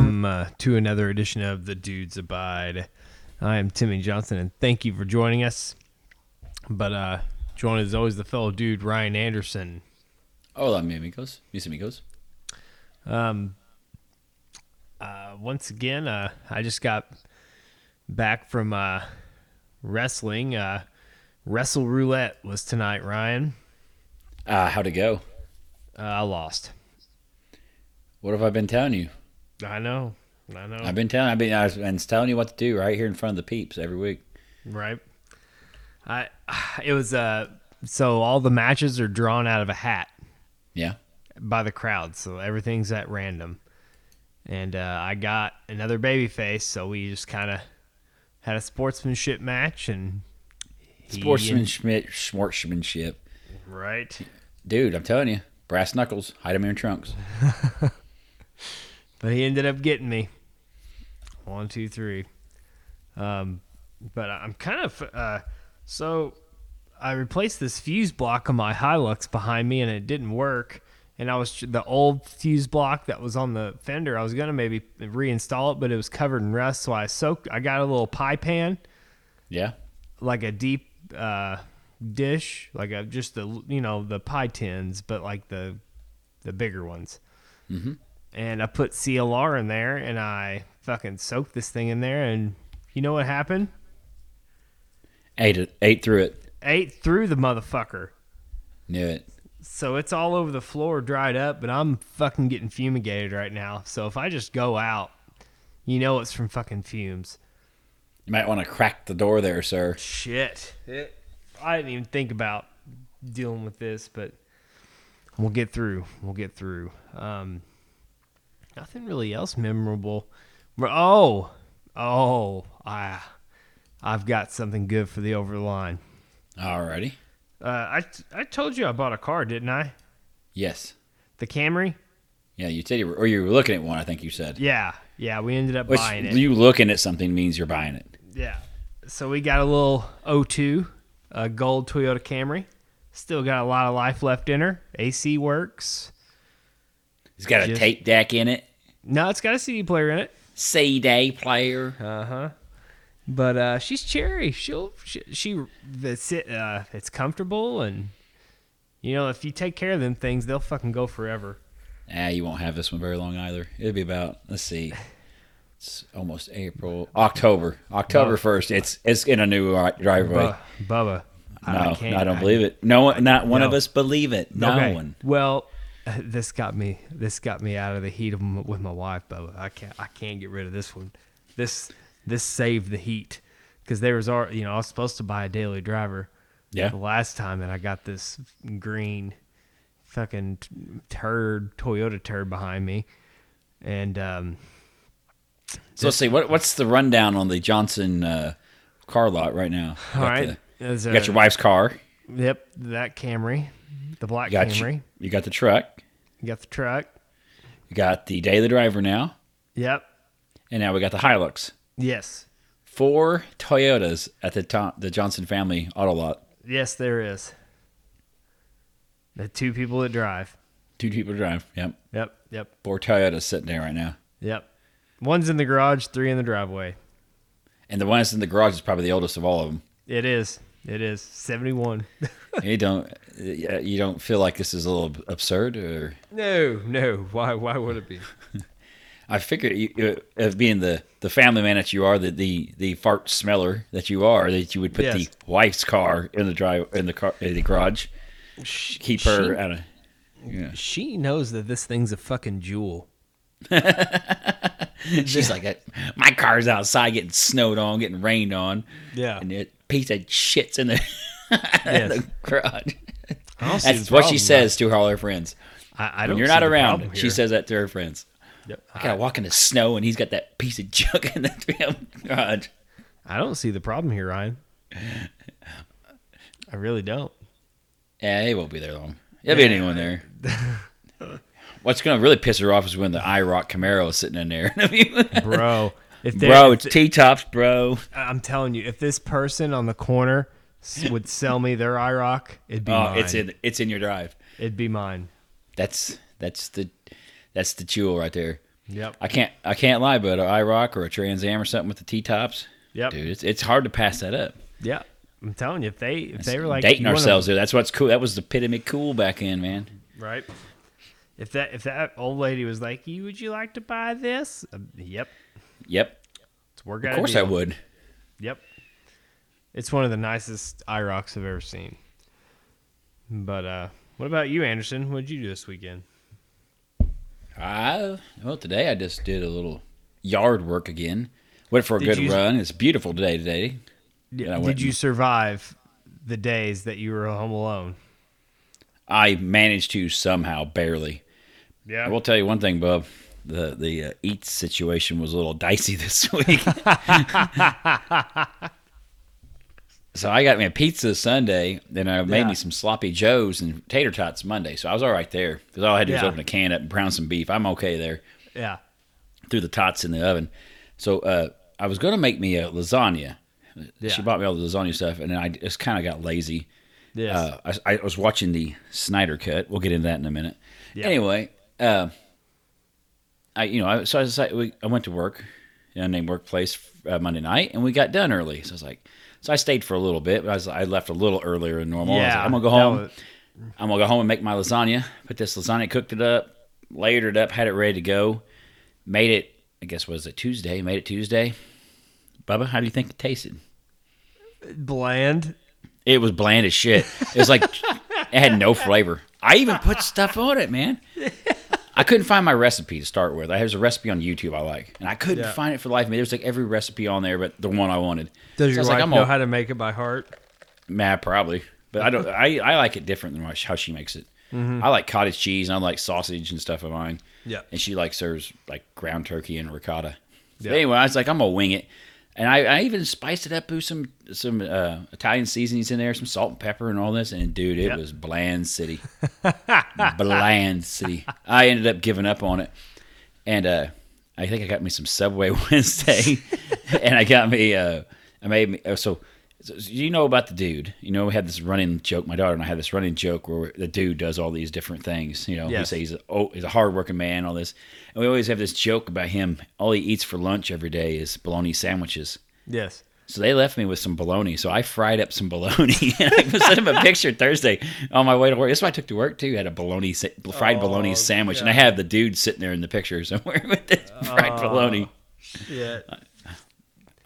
to another edition of The Dudes Abide. I am Timmy Johnson, and thank you for joining us. But uh, joined as always the fellow dude Ryan Anderson. Hola, mi amigos, mis amigos. Um, uh, once again, uh, I just got back from uh, wrestling. Uh, Wrestle Roulette was tonight, Ryan. Uh, how'd it go? Uh, I lost. What have I been telling you? I know. I know. I've been telling, I've been, I've been telling you what to do right here in front of the peeps every week. Right. I it was uh so all the matches are drawn out of a hat Yeah. by the crowd, so everything's at random. And uh, I got another baby face, so we just kind of had a sportsmanship match and he- Sportsmanship, sportsmanship. right? Dude, I'm telling you, brass knuckles, hide them in your trunks. But he ended up getting me. One, two, three. Um, but I'm kind of uh, so I replaced this fuse block on my Hilux behind me, and it didn't work. And I was the old fuse block that was on the fender. I was gonna maybe reinstall it, but it was covered in rust. So I soaked. I got a little pie pan, Yeah. like a deep uh, dish, like a, just the you know the pie tins, but like the the bigger ones. Mm-hmm. And I put CLR in there, and I fucking soaked this thing in there, and you know what happened? Ate it, ate through it. Ate through the motherfucker. Knew it. So it's all over the floor, dried up, but I'm fucking getting fumigated right now. So if I just go out, you know it's from fucking fumes. You might want to crack the door there, sir. shit. It, I didn't even think about dealing with this, but we'll get through. We'll get through. Um, nothing really else memorable. Bro- Oh, oh, I, I've got something good for the over the line. Alrighty. Uh, I I told you I bought a car, didn't I? Yes. The Camry. Yeah, you said you were, or you were looking at one, I think you said. Yeah, yeah. We ended up Which, buying it. you looking at something means you're buying it. Yeah. So we got a little 02, a gold Toyota Camry. Still got a lot of life left in her. AC works. It's got a Just- tape deck in it, No, it's got a CD player in it. CD player. Uh huh. But uh, she's cherry. She'll she, she that's it. Uh, it's comfortable and you know if you take care of them things, they'll fucking go forever. Ah, you won't have this one very long either. It'll be about let's see, it's almost April, October, October first. It's it's in a new ri- driveway. Bu- Bubba. no, I, don't believe it. No one, not one of No. us believe it. No one. Well, this got me. This got me out of the heat of m- with my wife, Bubba. I can't. I can't get rid of this one. This this saved the heat because there was our. You know, I was supposed to buy a daily driver. Yeah. The last time, and I got this green, fucking t- turd Toyota turd behind me, and um, So let's see what what's the rundown on the Johnson uh, car lot right now. You all got right, the- there's you a- got your wife's car. Yep, that Camry, the black You got Camry. your, you got the truck. You got the truck. You got the daily driver now, Yep. and now we got the Hilux. Yes. Four Toyotas at the to- the Johnson family auto lot. Yes, there is. The two people that drive. Two people to drive. Yep. Yep, yep, Four Toyotas sitting there right now. yep. One's in the garage, three in the driveway. And the one that's in the garage is probably the oldest of all of them. It is. It is. 71. You don't, yeah, you don't feel like this is a little absurd, or no, no. Why why would it be? I figured you, uh, of being the, the family man that you are, the, the the fart smeller that you are, that you would put the Yes. wife's car in the drive in the car in the garage, keep her out of. Yeah. She knows that this thing's a fucking jewel. She's like, my car's outside getting snowed on, getting rained on, Yeah. and it piece of shit's in the, in Yes. the garage. I don't see That's the what problem, she says to her, all her friends. though. I, I don't When you're see not the around, problem she here. says that to her friends. Yep. I gotta walk in the snow, and he's got that piece of junk in the damn garage. I don't see the problem here, Ryan. I really don't. Yeah, he won't be there long. There'll be anyone there. What's gonna really piss her off is when the IROC Camaro is sitting in there. Bro, if there- bro, if it's T tops, bro. I'm telling you, if this person on the corner s- would sell me their IROC, it'd be Oh, mine. it's in it's in your drive. It'd be mine. That's that's the that's the jewel right there. Yep. I can't I can't lie, but an IROC or a Trans Am or something with the T tops, Yep. dude, it's it's hard to pass that up. Yep. I'm telling you, if they if they were like dating you wanna- ourselves there. That's what's cool. That was the epitome cool back in, man. right? If that if that old lady was like, "You would you like to buy this?" Uh, yep, Yep, it's work of course I would. Yep, it's one of the nicest IROCs I've ever seen. But uh, what about you, Anderson? What did you do this weekend? I well today I just did a little yard work again. Went for a Did good you- run. It's beautiful today. Today Yeah, I did went you and- survive the days that you were home alone? I managed to somehow barely. Yeah, I will tell you one thing, Bub. The the uh, eats situation was a little dicey this week. so I got me a pizza Sunday, then I made Yeah. me some sloppy joes and tater tots Monday. So I was all right there because all I had to do Yeah. was open a can up and brown some beef. I'm okay there. yeah, Threw the tots in the oven. So uh, I was going to make me a lasagna. Yeah. She bought me all the lasagna stuff, and then I just kind of got lazy. yes, Uh, I, I was watching the Snyder cut. We'll get into that in a minute. Yeah. Anyway, uh, I you know I, so I decided we, I went to work in a named workplace uh, Monday night, and we got done early. So I was like, so I stayed for a little bit, but I, was, I left a little earlier than normal. I was like, Yeah, I'm gonna go that home. was- I'm gonna go home and make my lasagna. Put this lasagna, cooked it up, layered it up, had it ready to go. Made it. I guess was it Tuesday? Made it Tuesday. Bubba, how do you think it tasted? bland. It was bland as shit. It was like it had no flavor. I even put stuff on it, man. I couldn't find my recipe to start with. I was a recipe on YouTube I like, and I couldn't Yeah. find it for life. I mean, there's like every recipe on there, but the one I wanted. Does So I your was wife like, I'm know all, how to make it by heart? mad probably, but I don't. I, I like it different than how she makes it. I like cottage cheese and I like sausage and stuff of mine. Mm-hmm. Yeah. and she like serves like ground turkey and ricotta. Yeah. But anyway, I was like, I'm gonna wing it, and I, I even spiced it up with some some uh, Italian seasonings in there, some salt and pepper and all this, and dude, it Yeah. was bland city, bland city. I ended up giving up on it, and uh, I think I got me some Subway Wednesday, and I got me uh, I made me oh, so. So you know about the dude. You know we had this running joke. My daughter and I had this running joke where the dude does all these different things. You know, we Yes. say he's a, oh, he's a hardworking man. All this, and we always have this joke about him. All he eats for lunch every day is bologna sandwiches. Yes. So they left me with some bologna. So I fried up some bologna and I sent him a picture Thursday on my way to work. That's why I took to work too. Had a bologna, sa- fried bologna Oh, sandwich, and God. I had the dude sitting there in the picture somewhere with this fried Oh. bologna. Yeah.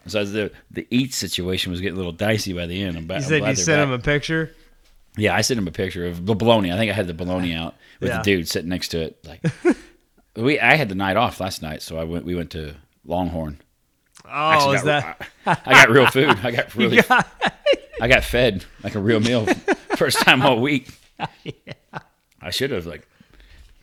So the the eat situation was getting a little dicey by the end. I'm ba- You I'm said glad you they're sent back. him a picture. Yeah, I sent him a picture of the bologna. I think I had the bologna out with Yeah. the dude sitting next to it. Like we, I had the night off last night, so I went. We went to Longhorn. I Oh, actually is that? got- I, I got real food. I got really. I got fed like a real meal, first time all week. I should have like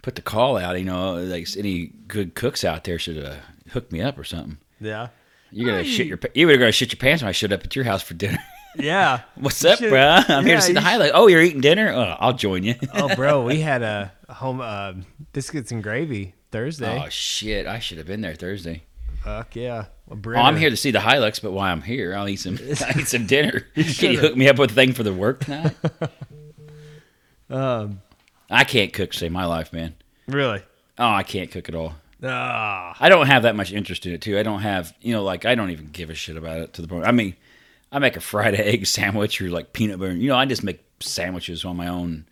put the call out. You know, like any good cooks out there should have hooked me up or something. Yeah. You're gonna Hey. shit your. pa- You were gonna shit your pants when I showed up at your house for dinner. Yeah. What's up, should- bruh? I'm here yeah, to see you the should- highlight. Oh, you're eating dinner? Oh, I'll join you. Oh, bro, we had a home uh, biscuits and gravy Thursday. Oh shit! I should have been there Thursday. Fuck yeah. A Oh, I'm Brenner. here to see the Hilux, but while I'm here, I'll eat some. I eat some dinner. Can you should've. hook me up with a thing for the work tonight? I can't cook. to Save my life, man. Really? Oh, I can't cook at all. Ah. I don't have that much interest in it too. I don't have you know like I don't even give a shit about it to the point. I mean, I make a fried egg sandwich or like peanut butter. You know, I just make sandwiches on my own.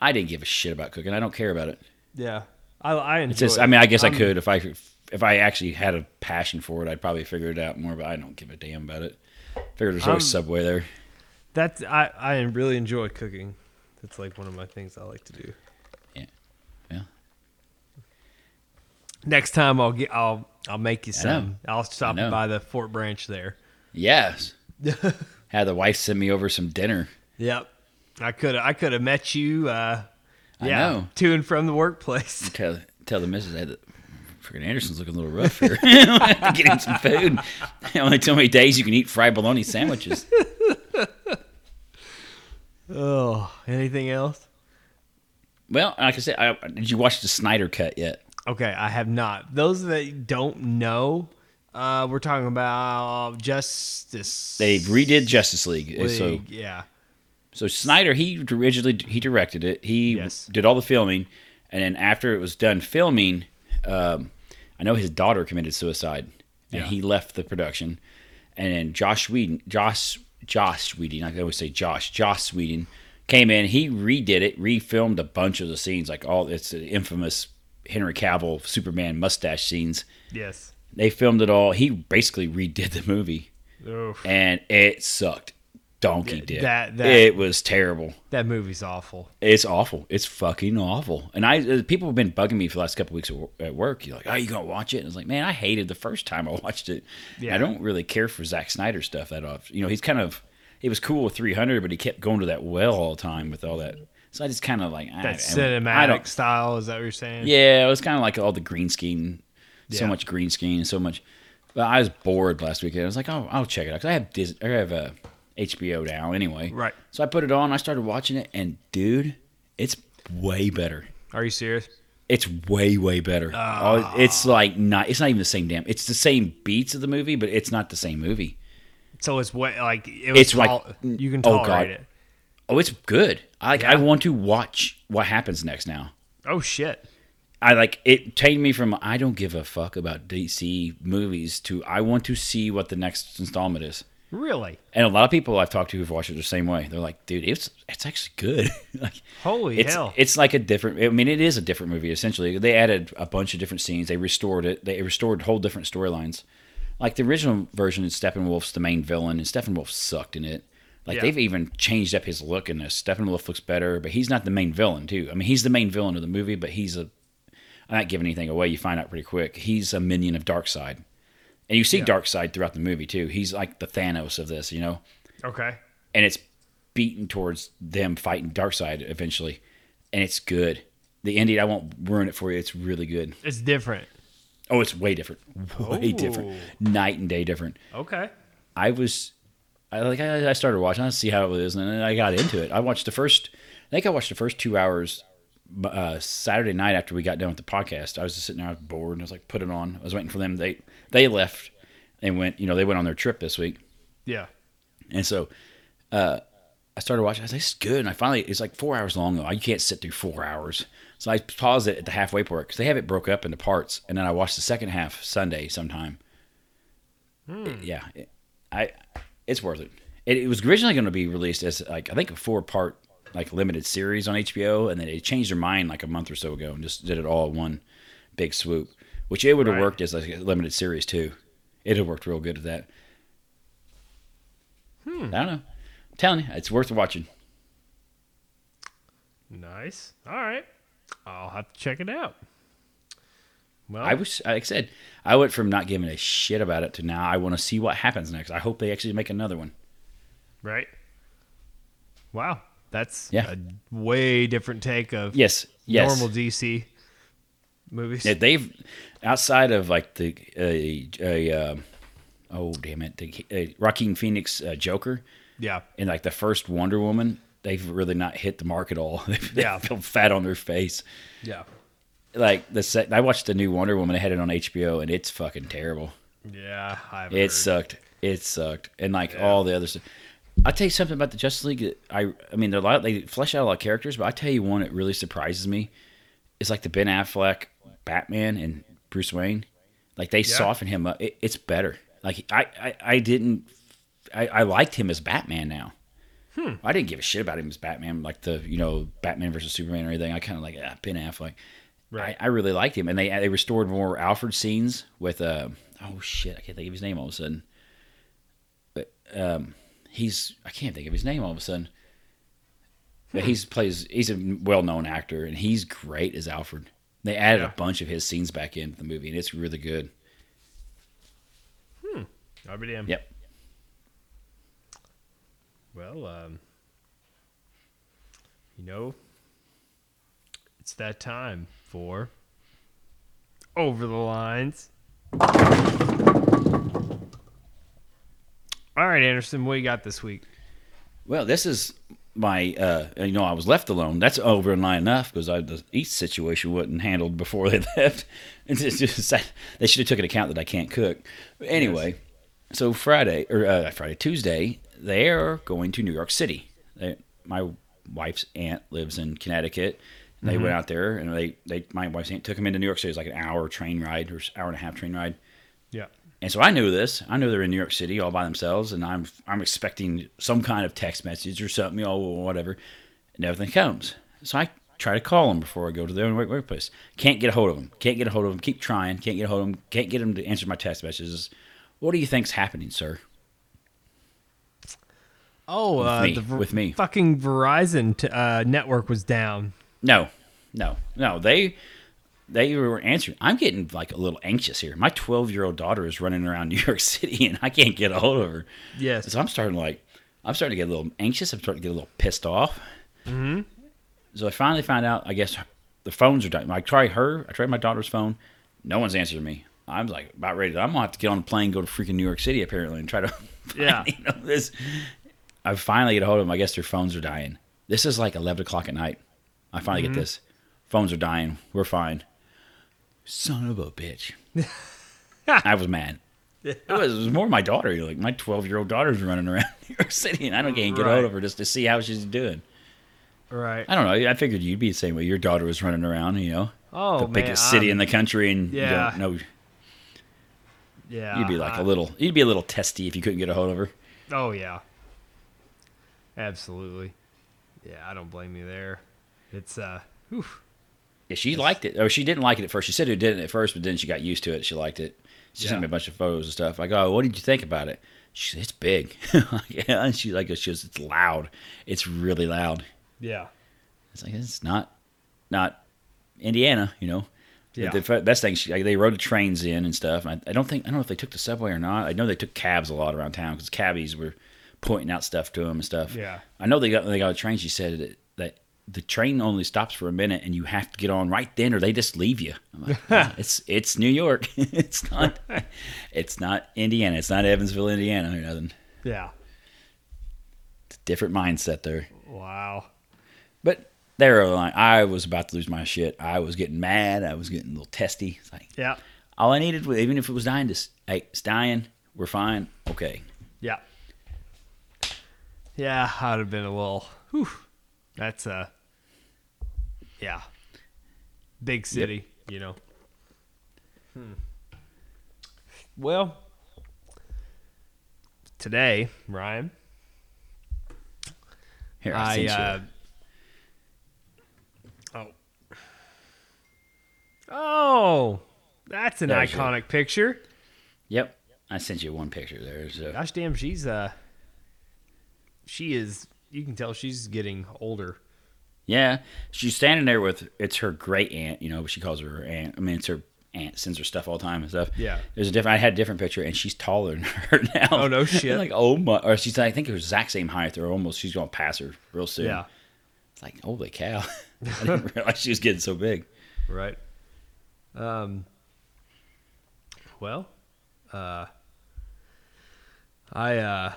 I didn't give a shit about cooking. I don't care about it. yeah. I, I enjoy It's just, it. I mean, I guess i I'm- could if I if I actually had a passion for it, I'd probably figure it out more. But I don't give a damn about it. Figured there's always I'm- Subway there. That's, I, I really enjoy cooking. That's like one of my things I like to do. Yeah, yeah. Next time I'll get I'll I'll make you some. I'll stop know. by the Fort Branch there. Yes. Had the wife send me over some dinner. Yep. I could I could have met you uh I yeah, know. to and from the workplace. Tell tell the missus that freaking Anderson's looking a little rough here. I have to get him some food. Only so many days you can eat fried bologna sandwiches. Oh, anything else? well, like I said, I, did you watch the Snyder Cut yet? Okay, I have not. Those that don't know, uh, we're talking about Justice. They redid Justice League. So League, yeah, So Snyder, he originally he directed it. He Yes. did all the filming, and then after it was done filming, um, I know his daughter committed suicide, and Yeah. he left the production. And then Josh Whedon, Josh Josh Whedon, I can always say Josh, Josh Whedon came in. He redid it, refilmed a bunch of the scenes, like all it's the infamous Henry Cavill Superman mustache scenes. Yes. They filmed it all. He basically redid the movie, Oof. and it sucked. Donkey Th- dick. that- that- it was terrible. That movie's awful. It's awful. It's fucking awful. And I uh, people have been bugging me for the last couple weeks at wor- at work. You're like, "Oh, you gonna watch it?" And I was like, "Man, I hated the first time I watched it. Yeah. I don't really care for Zack Snyder stuff that often. You know, he's kind of he was cool with 300, but he kept going to that well all the time with all that. So I just kind of like I, That I- cinematic I don't style, is that what you're saying? yeah, it was kind of like all the green screen, so Yeah. much green screen, so much. But I was bored last weekend. I was like, oh, I'll check it out 'cause I have Disney, I have uh, HBO now anyway. Right. So I put it on. I started watching it, and dude, it's way better. Are you serious? It's way way better. Oh, Ah. it's like not. It's not even the same damn. It's the same beats of the movie, but it's not the same movie. So it's what like it was It's tol- like you can oh, God. tolerate it. Oh, it's good. I like. I want to watch what happens next now. Oh shit. I like it tamed me from I don't give a fuck about DC movies to I want to see what the next installment is. Really? And a lot of people I've talked to who've watched it the same way. They're like, dude, it's it's actually good. like, Holy it's, hell. It's like a different. I mean, it is a different movie essentially. They added a bunch of different scenes. They restored it. They restored whole different storylines. Like the original version, Steppenwolf's the main villain, and Steppenwolf sucked in it. Like Yeah. they've even changed up his look in this. Steppenwolf looks better, but he's not the main villain too. I mean, he's the main villain of the movie, but he's a. I'm not giving anything away. You find out pretty quick. He's a minion of Darkseid, and you see Darkseid throughout the movie too. He's like the Thanos of this, you know okay. and it's beaten towards them fighting Darkseid eventually, and it's good. The ending, I won't ruin it for you. It's really good. It's different. Oh, it's way different, way different, night and day different. Okay. I was, I like, I, I started watching. I see how it is, and then I got into it. I watched the first. I think I watched the first two hours. bu- Uh, Saturday night after we got done with the podcast, I was just sitting there. I was bored, and I was like, "Put it on." I was waiting for them. They they left and went. You know, they went on their trip this week. Yeah. And so uh, I started watching. I was like, this is good. And I finally, it's like four hours long, though. You can't sit through four hours. So I paused it at the halfway part because they have it broke up into parts. And then I watched the second half Sunday sometime. It- yeah. it- I, it's worth it. It, it was originally going to be released as like, I think a four part, like limited series on HBO. And then they changed their mind like a month or so ago and just did it all in one big swoop, which it would have Right. worked as like a limited series too. It had worked real good at that. I don't know. I'm telling you, it's worth watching. Nice. All right. I'll have to check it out. Well, I was, like I said, I went from not giving a shit about it to now I want to see what happens next. I hope they actually make another one. right. Wow. That's Yeah. a way different take of Yes, yes. normal DC movies. Yeah, they've outside of like the uh, a uh, oh damn it, the uh, Joaquin Phoenix uh, Joker yeah. and like the first Wonder Woman, they've really not hit the mark at all. they Yeah. feel fat on their face. Yeah. Like the sec- I watched the new Wonder Woman. I had it on HBO, and it's fucking terrible. Yeah. I've It heard. sucked. It sucked, and like all the other stuff. I tell you something about the Justice League. that I I mean, there are a lot. They flesh out a lot of characters, but I tell you one that really surprises me is like the Ben Affleck Batman and Bruce Wayne. Like they soften him up. It, it's better. Like I I, I didn't. I, I liked him as Batman now. I didn't give a shit about him as Batman, like the you know Batman versus Superman or anything. I kind of like ah, Ben Affleck. Right. I, I really liked him, and they they restored more Alfred scenes with uh oh shit I can't think of his name all of a sudden. But um he's I can't think of his name all of a sudden. But he's plays he's a well known actor and he's great as Alfred. They added a bunch of his scenes back into the movie and it's really good. uh, I'll be damned. Yep. Well, um, you know, it's that time for Over the Lines. All right, Anderson, what you got this week? Well, this is my, uh, you know, I was left alone. That's over and line enough because the each situation wasn't handled before they left. It's just, it's just that- they should have took into account that I can't cook. But anyway, so Friday or uh, Friday Tuesday, they are going to New York City. They, my wife's aunt lives in Connecticut, and They went out there and they, they my wife took them into New York City. It was like an hour train ride or s- hour and a half train ride. Yeah. And so I knew this. I know they're in New York City all by themselves, and I'm I'm expecting some kind of text message or something, oh whatever. And everything comes. So I try to call them before I go to their work- workplace. Can't get a hold of them. Can't get a hold of them. Keep trying. Can't get a hold of them. Can't get them to answer my text messages. What do you think's happening, sir? Oh, uh, me, the ver- with me. fucking Verizon t- uh, network was down. No, no, no. They they were answering. I'm getting like a little anxious here. My 12 year old daughter is running around New York City, and I can't get a hold of her. Yes. So I'm starting to like, I'm starting to get a little anxious. I'm starting to get a little pissed off. Mm-hmm. So I finally found out. I guess the phones are dying. I tried her. I tried my daughter's phone. No one's answering me. I'm like about ready. To, I'm gonna have to get on a plane, go to freaking New York City apparently, and try to. Yeah. you know this. I finally get a hold of them. I guess their phones are dying. This is like 11 o'clock at night. I finally Mm-hmm. get this. Phones are dying. We're fine. Son of a bitch. I was mad. It was, it was more my daughter. Like my 12 year old daughter's running around New York City, and I don't can't get Right. hold of her just to see how she's doing. Right. I don't know. I figured you'd be the same way. Your daughter was running around, you know, Oh, the man, biggest city I'm- in the country, and Yeah. Uh-huh. you don't know. Yeah. You'd be like I- a little. You'd be a little testy if you couldn't get a hold of her. Oh yeah. Absolutely. Yeah, I don't blame you there. It's uh whew. Yeah, she liked it. Oh, she didn't like it at first. She said it didn't at first, but then she got used to it. She liked it. She sent Yeah. me a bunch of photos and stuff. I go, oh, what did you think about it? She said, it's big. yeah, and she like she goes, it's loud. It's really loud. Yeah. It's like it's not, not Indiana, you know. Yeah. But The f- best thing, she, like, they rode the trains in and stuff. And I, I don't think I don't know if they took the subway or not. I know they took cabs a lot around town because cabbies were pointing out stuff to them and stuff. Yeah. I know they got they got a train. She said that, that the train only stops for a minute, and you have to get on right then, or they just leave you. I'm like, "Yeah, it's it's New York. it's not it's not Indiana. It's not Evansville, Indiana, or nothing. Yeah. It's a different mindset there. Wow. But they were like, I was about to lose my shit. I was getting mad. I was getting a little testy. It's like, Yeah. all I needed, was, even if it was dying, just, hey, it's dying. We're fine. Okay. Yeah. Yeah, I'd have been a little whew. That's uh yeah. Big city, you know. Hmm. Hmm. Well today, Ryan, Here, I, I sent you. uh, oh oh that's an There's your- iconic picture. Yep. I sent you one picture there. So Gosh damn, she's uh she is. You can tell she's getting older. yeah, she's standing there with it's her great aunt, you know, but she calls her, her aunt. I mean, it's her aunt sends her stuff all the time and stuff. Yeah. there's a different. I had a different picture, and she's taller than her now. Oh, no shit. like oh my, or she's I think it was exact same height or almost. She's gonna pass her real soon. Yeah, It's like, holy cow. I didn't realize she was getting so big. right. Um. Well, uh, I uh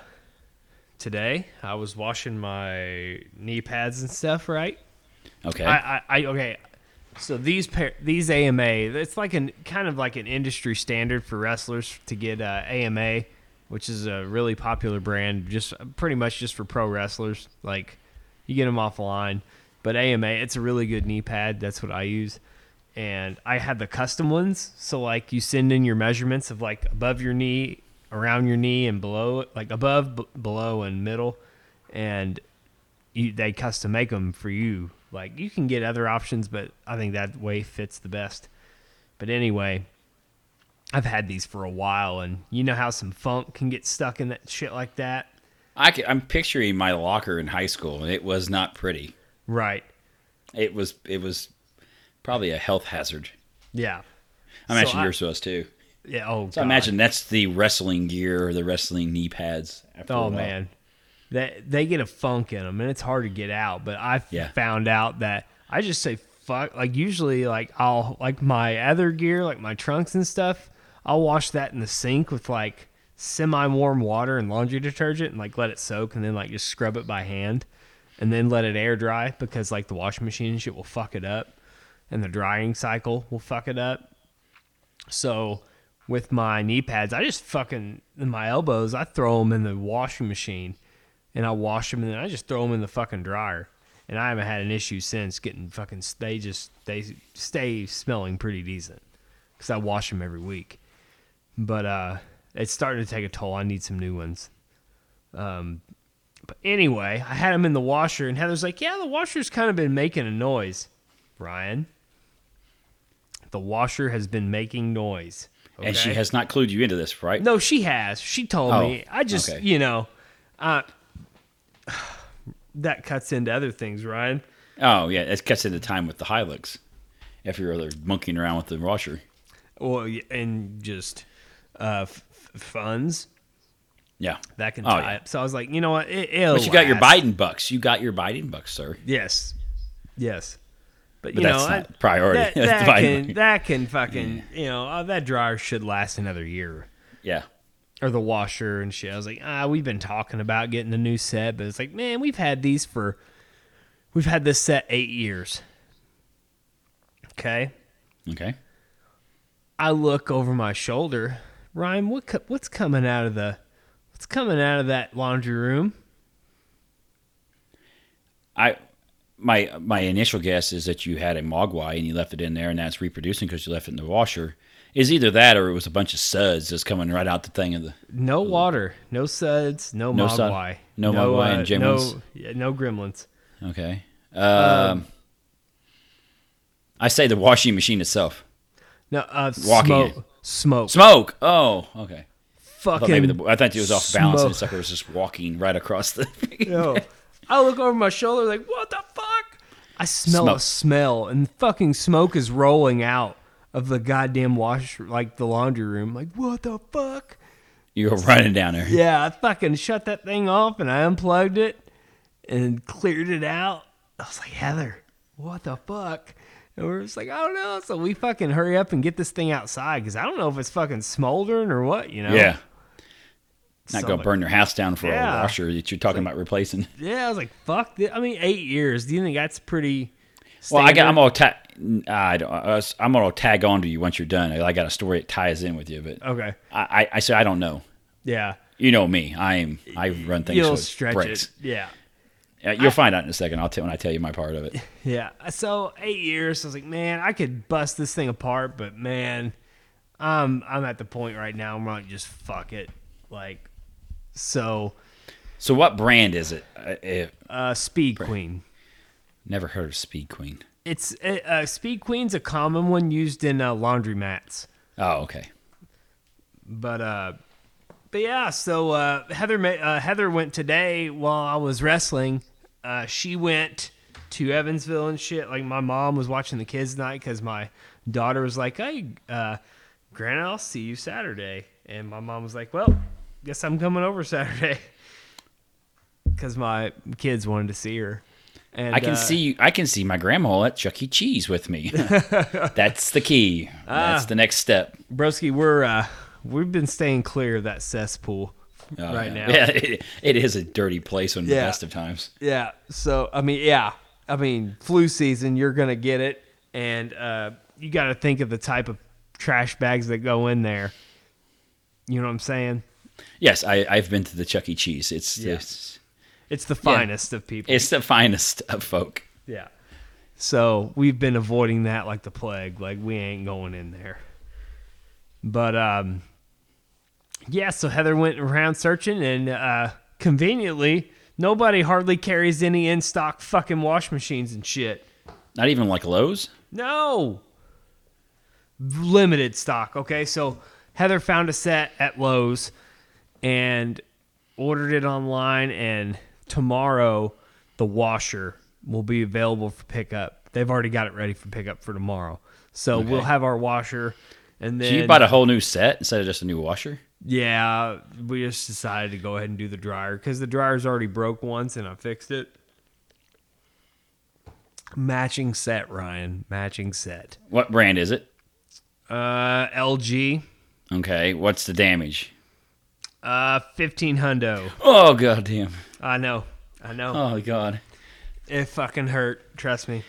today I was washing my knee pads and stuff, right? Okay. I, I, I okay. So these pair, these AMA, it's like an kind of like an industry standard for wrestlers to get uh, AMA, which is a really popular brand, just pretty much just for pro wrestlers. Like you get them offline, but AMA, it's a really good knee pad. That's what I use, and I had the custom ones. So like you send in your measurements of like above your knee, around your knee, and below, like above, b- below, and middle, and you, they custom make them for you. Like you can get other options, but I think that way fits the best. But anyway, I've had these for a while, and you know how some funk can get stuck in that shit like that, I, am picturing my locker in high school, and it was not pretty. right? It was it was probably a health hazard. Yeah, I So imagine I- yours was too. yeah. Oh, So I God. imagine that's the wrestling gear or the wrestling knee pads. after a Oh while. man, they they get a funk in them, and it's hard to get out. But I Yeah. found out that I just say fuck. Like usually, like I'll like my other gear, like my trunks and stuff. I'll wash that in the sink with like semi-warm water and laundry detergent, and like let it soak, and then like just scrub it by hand, and then let it air dry because like the washing machine and shit will fuck it up, and the drying cycle will fuck it up. So with my knee pads, I just fucking my elbows, I throw them in the washing machine and I wash them and then I just throw them in the fucking dryer. and I haven't had an issue since getting fucking. They just they stay smelling pretty decent because I wash them every week. But uh, it's starting to take a toll. I need some new ones. Um, but anyway, I had them in the washer, and Heather's like, "Yeah, the washer's kind of been making a noise, Ryan. The washer has been making noise." And she okay? has not clued you into this, right? No, she has. She told Oh, me. I just, okay. you know, uh, that cuts into other things, Ryan. Oh yeah, it cuts into time with the Hilux. After you're other monkeying around with the washer. Well, y- and just uh, f- f- funds Yeah. that can Oh, tie yeah. up. So I was like, you know what? It, it'll But you got your last. Biden bucks. You got your Biden bucks, sir. Yes, yes. But, But you that's know, not I- priority. that, That's that the Biden can buck. that can fucking you know uh, that dryer should last another year. Yeah. or the washer and shit. I was like, ah, we've been talking about getting a new set, but it's like, man, we've had these for, we've had this set eight years. Okay, Okay. I look over my shoulder, Ryan. What co- what's coming out of the, what's coming out of that laundry room? I my my initial guess is that you had a mogwai and you left it in there and that's reproducing because you left it in the washer. Is either that or it was a bunch of suds just coming right out the thing of the No water, no suds, no, No sud- mogwai, no mogwai and no, gremlins? yeah, no gremlins. okay. Um, I say the washing machine itself. No uh, Walking smoke, smoke, Smoke. Oh, okay. I thought fucking. maybe the, I thought it was off balance and smoke. this sucker was just walking right across the. Yo, I look over my shoulder like, what the fuck? I smell Smoke. a smell, and fucking smoke is rolling out of the goddamn wash, like the laundry room. Like, what the fuck? you were running down there. Yeah, I fucking shut that thing off, and I unplugged it, and cleared it out. I was like, Heather, what the fuck? And we we're just like, I don't know. So we fucking hurry up and get this thing outside because I don't know if it's fucking smoldering or what, you know? Yeah. So Not gonna like- burn your house down for Yeah. a washer that you're talking about replacing. Yeah, I was like, fuck. This. I mean, eight years. Do you think that's pretty? Well, I got. standard? I'm gonna tag. I don't. I was- I'm gonna tag on to you once you're done. I got a story that ties in with you, but Okay. I, I, I said I don't know. Yeah. You know me. I'm. I run things. so You'll it stretch breaks. it. Yeah. Uh, You'll find out in a second. I'll tell when I tell you my part of it. Yeah. So eight years, I was like, man, I could bust this thing apart, but man, I'm I'm at the point right now where I'm like, just fuck it. Like so So, what brand is it? I, I, uh Speed Queen. never heard of Speed Queen. It's uh, uh, Speed Queen's a common one used in uh, laundromats. Oh, okay. But uh but yeah, so uh Heather ma- uh, Heather went today while I was wrestling. Uh she went to Evansville and shit. Like my mom was watching the kids night cuz my daughter was like, "Hey, uh Grandma, I'll see you Saturday." And my mom was like, "Well, guess I'm coming over Saturday." cuz my kids wanted to see her. And I can uh, see. I can see my grandma at Chuck E. Cheese with me. That's the key. Ah. That's the next step. Broski, we're uh we've been staying clear of that cesspool Oh, right yeah. now. Yeah, it, it is a dirty place on the Yeah. best of times. Yeah. So I mean, yeah. I mean, flu season, you're gonna get it, and uh, you got to think of the type of trash bags that go in there. You know what I'm saying? Yes, I, I've been to the Chuck E. Cheese. It's Yeah. it's, It's the finest of people. it's the finest of folk. yeah. So we've been avoiding that like the plague. Like we ain't going in there. But um, yeah. So Heather went around searching, and uh, conveniently, nobody hardly carries any in stock fucking wash machines and shit. Not even like Lowe's. No. Limited stock. Okay. So Heather found a set at Lowe's and ordered it online. And tomorrow, the washer will be available for pickup. They've already got it ready for pickup for tomorrow. So we'll have our washer. And then, So you bought a whole new set instead of just a new washer. yeah, we just decided to go ahead and do the dryer because the dryer's already broke once and I fixed it. Matching set, Ryan. Matching set. What brand is it? Uh, LG, Okay, what's the damage? uh, fifteen hundo. Oh goddamn! I know, I know. Oh god! It fucking hurt. Trust me.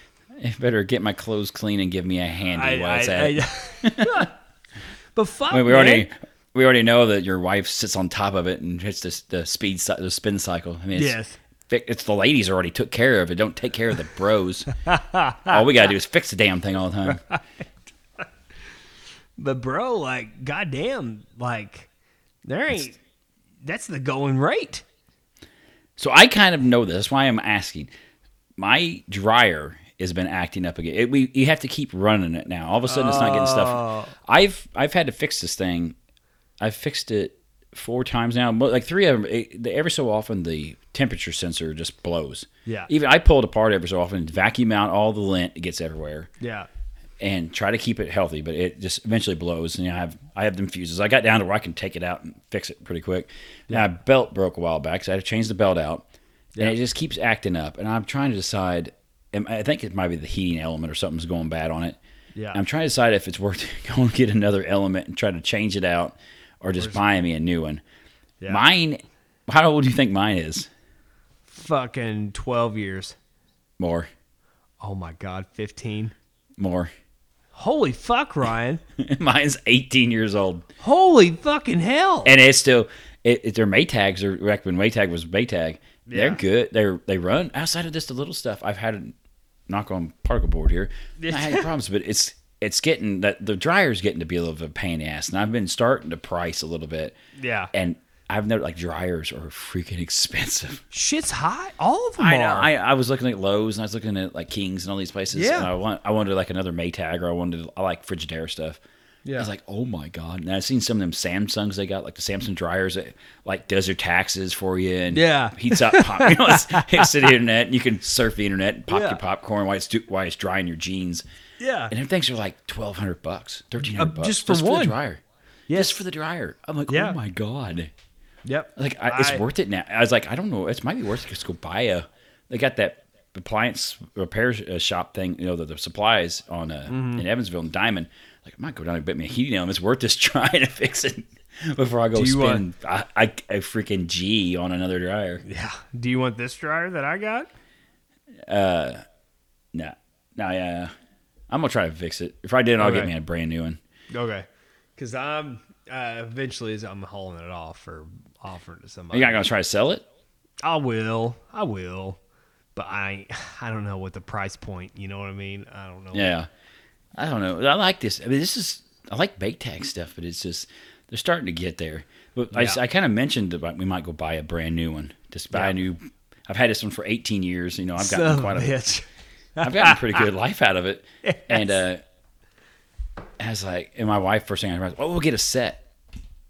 I better get my clothes clean and give me a handy I, while it's I- at it. I- but fuck, I mean, we man. already we already know that your wife sits on top of it and hits the, the speed cy- the spin cycle. I mean, it's yes, fix. It's the ladies already took care of it. Don't take care of the bros. all we gotta do is fix the damn thing all the time. But bro, like, goddamn, like, there ain't. That's the going rate. So I kind of know this. That's why I'm asking. My dryer has been acting up again. It, we you have to keep running it now. All of a sudden, it's not getting stuff. I've I've had to fix this thing. I've fixed it four times now. Mo- Like three of them. It, the, every so often, the temperature sensor just blows. Yeah. Even I pull it apart every so often. Vacuum out all the lint. It gets everywhere Yeah. and try to keep it healthy, but it just eventually blows. And you know, I have I have them fuses. I got down to where I can take it out and fix it pretty quick. Now, a belt broke a while back, so I had to change the belt out, and it just keeps acting up. And I'm trying to decide. am- I think it might be the heating element or something's going bad on it. Yeah. I'm trying to decide if it's worth going to get another element and try to change it out, or just buying me a new one. Yeah. Mine. How old do you think mine is? Fucking 12 years. More, Oh my God, 15. more. Holy fuck, Ryan. Mine's 18 years old. Holy fucking hell. and it's still it, it, their Maytags are like when Maytag was Maytag. They're Yeah. good. They they run outside of just the little stuff. I've had a knock on particle board here. I had problems, but it's it's getting that the dryer's getting to be a little bit of a pain in the ass, and I've been starting to price a little bit. Yeah. and I've noticed like dryers are freaking expensive. Shit's hot. All of them I know. are. I, I was looking at Lowe's and I was looking at like Kings and all these places. Yeah. And I want I wanted like another Maytag or I wanted I like Frigidaire stuff. Yeah. I was like, oh my god! And I've seen some of them Samsungs they got, like the Samsung dryers that like does your taxes for you and Yeah. heats up. Pop, you know, it's, it's to the internet. And you can surf the internet and pop Yeah. your popcorn while it's do, while it's drying your jeans. Yeah. And them things are like twelve hundred bucks, thirteen hundred Uh, bucks just for the one. dryer. Yes. Just for the dryer. I'm like, Yeah. oh my god! yep. Like I, it's I- worth it now. I was like, I don't know. It might be worth it. Just go buy a. They got that appliance repair sh- uh, shop thing. You know the, the supplies on uh, Mm-hmm. in Evansville and Diamond. Like I might go down and bet me a heating element. It's worth just trying to fix it before I go you uh, spend I I a, freaking G on another dryer. Yeah. Do you want this dryer that I got? Nah, nah, yeah. I'm gonna try to fix it. If I didn't, I'll get Okay. me a brand new one. Okay. Because I'm uh, eventually I'm hauling it off or offering it to Are somebody. you not gonna try to sell it? I will. I will. But I I don't know what the price point. You know what I mean? I don't know. Yeah. I don't know. I like this. I mean, this is, I like bait tag stuff, but it's just, they're starting to get there. But I, Yeah. I kind of mentioned about we might go buy a brand new one. Just buy a new, I've had this one for 18 years. You know, I've gotten Son quite of a a, bitch. I've gotten a pretty good life out of it. And, uh, I was like, and my wife, first thing I realized, oh, we'll get a set.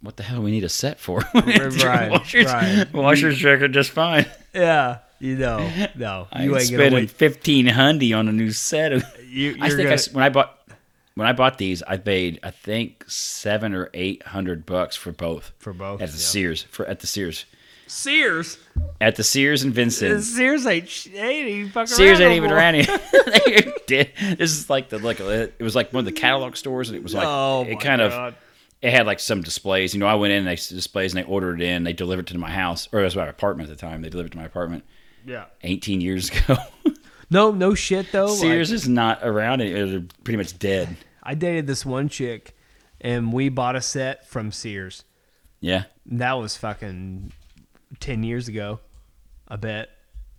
What the hell we need a set for? Right, washers, right. washers working just fine. Yeah. You know. No. you I ain't ain't gonna spending wait. fifteen hundy on a new set of You, you're I think I gonna, s when I bought when I bought these, I paid I think seven or eight hundred bucks for both for both. at the Sears for at the Sears Sears. at the Sears and Vincent. Sears ain't sh- ain't even fucking Mm. Sears around ain't no even more. around here. They're dead. this is like the like uh, it was like one of the catalog stores, and it was like Oh it my kind God. of it had like some displays. You know, I went in, they s- displays, and they ordered it in, they delivered it to my house, or it was my apartment at the time. They delivered it to my apartment Yeah. eighteen years ago. No. No shit though. like- Sears is not around anymore. They're pretty much dead. I dated this one chick, and we bought a set from Sears. Yeah. That was fucking ten years ago, I bet.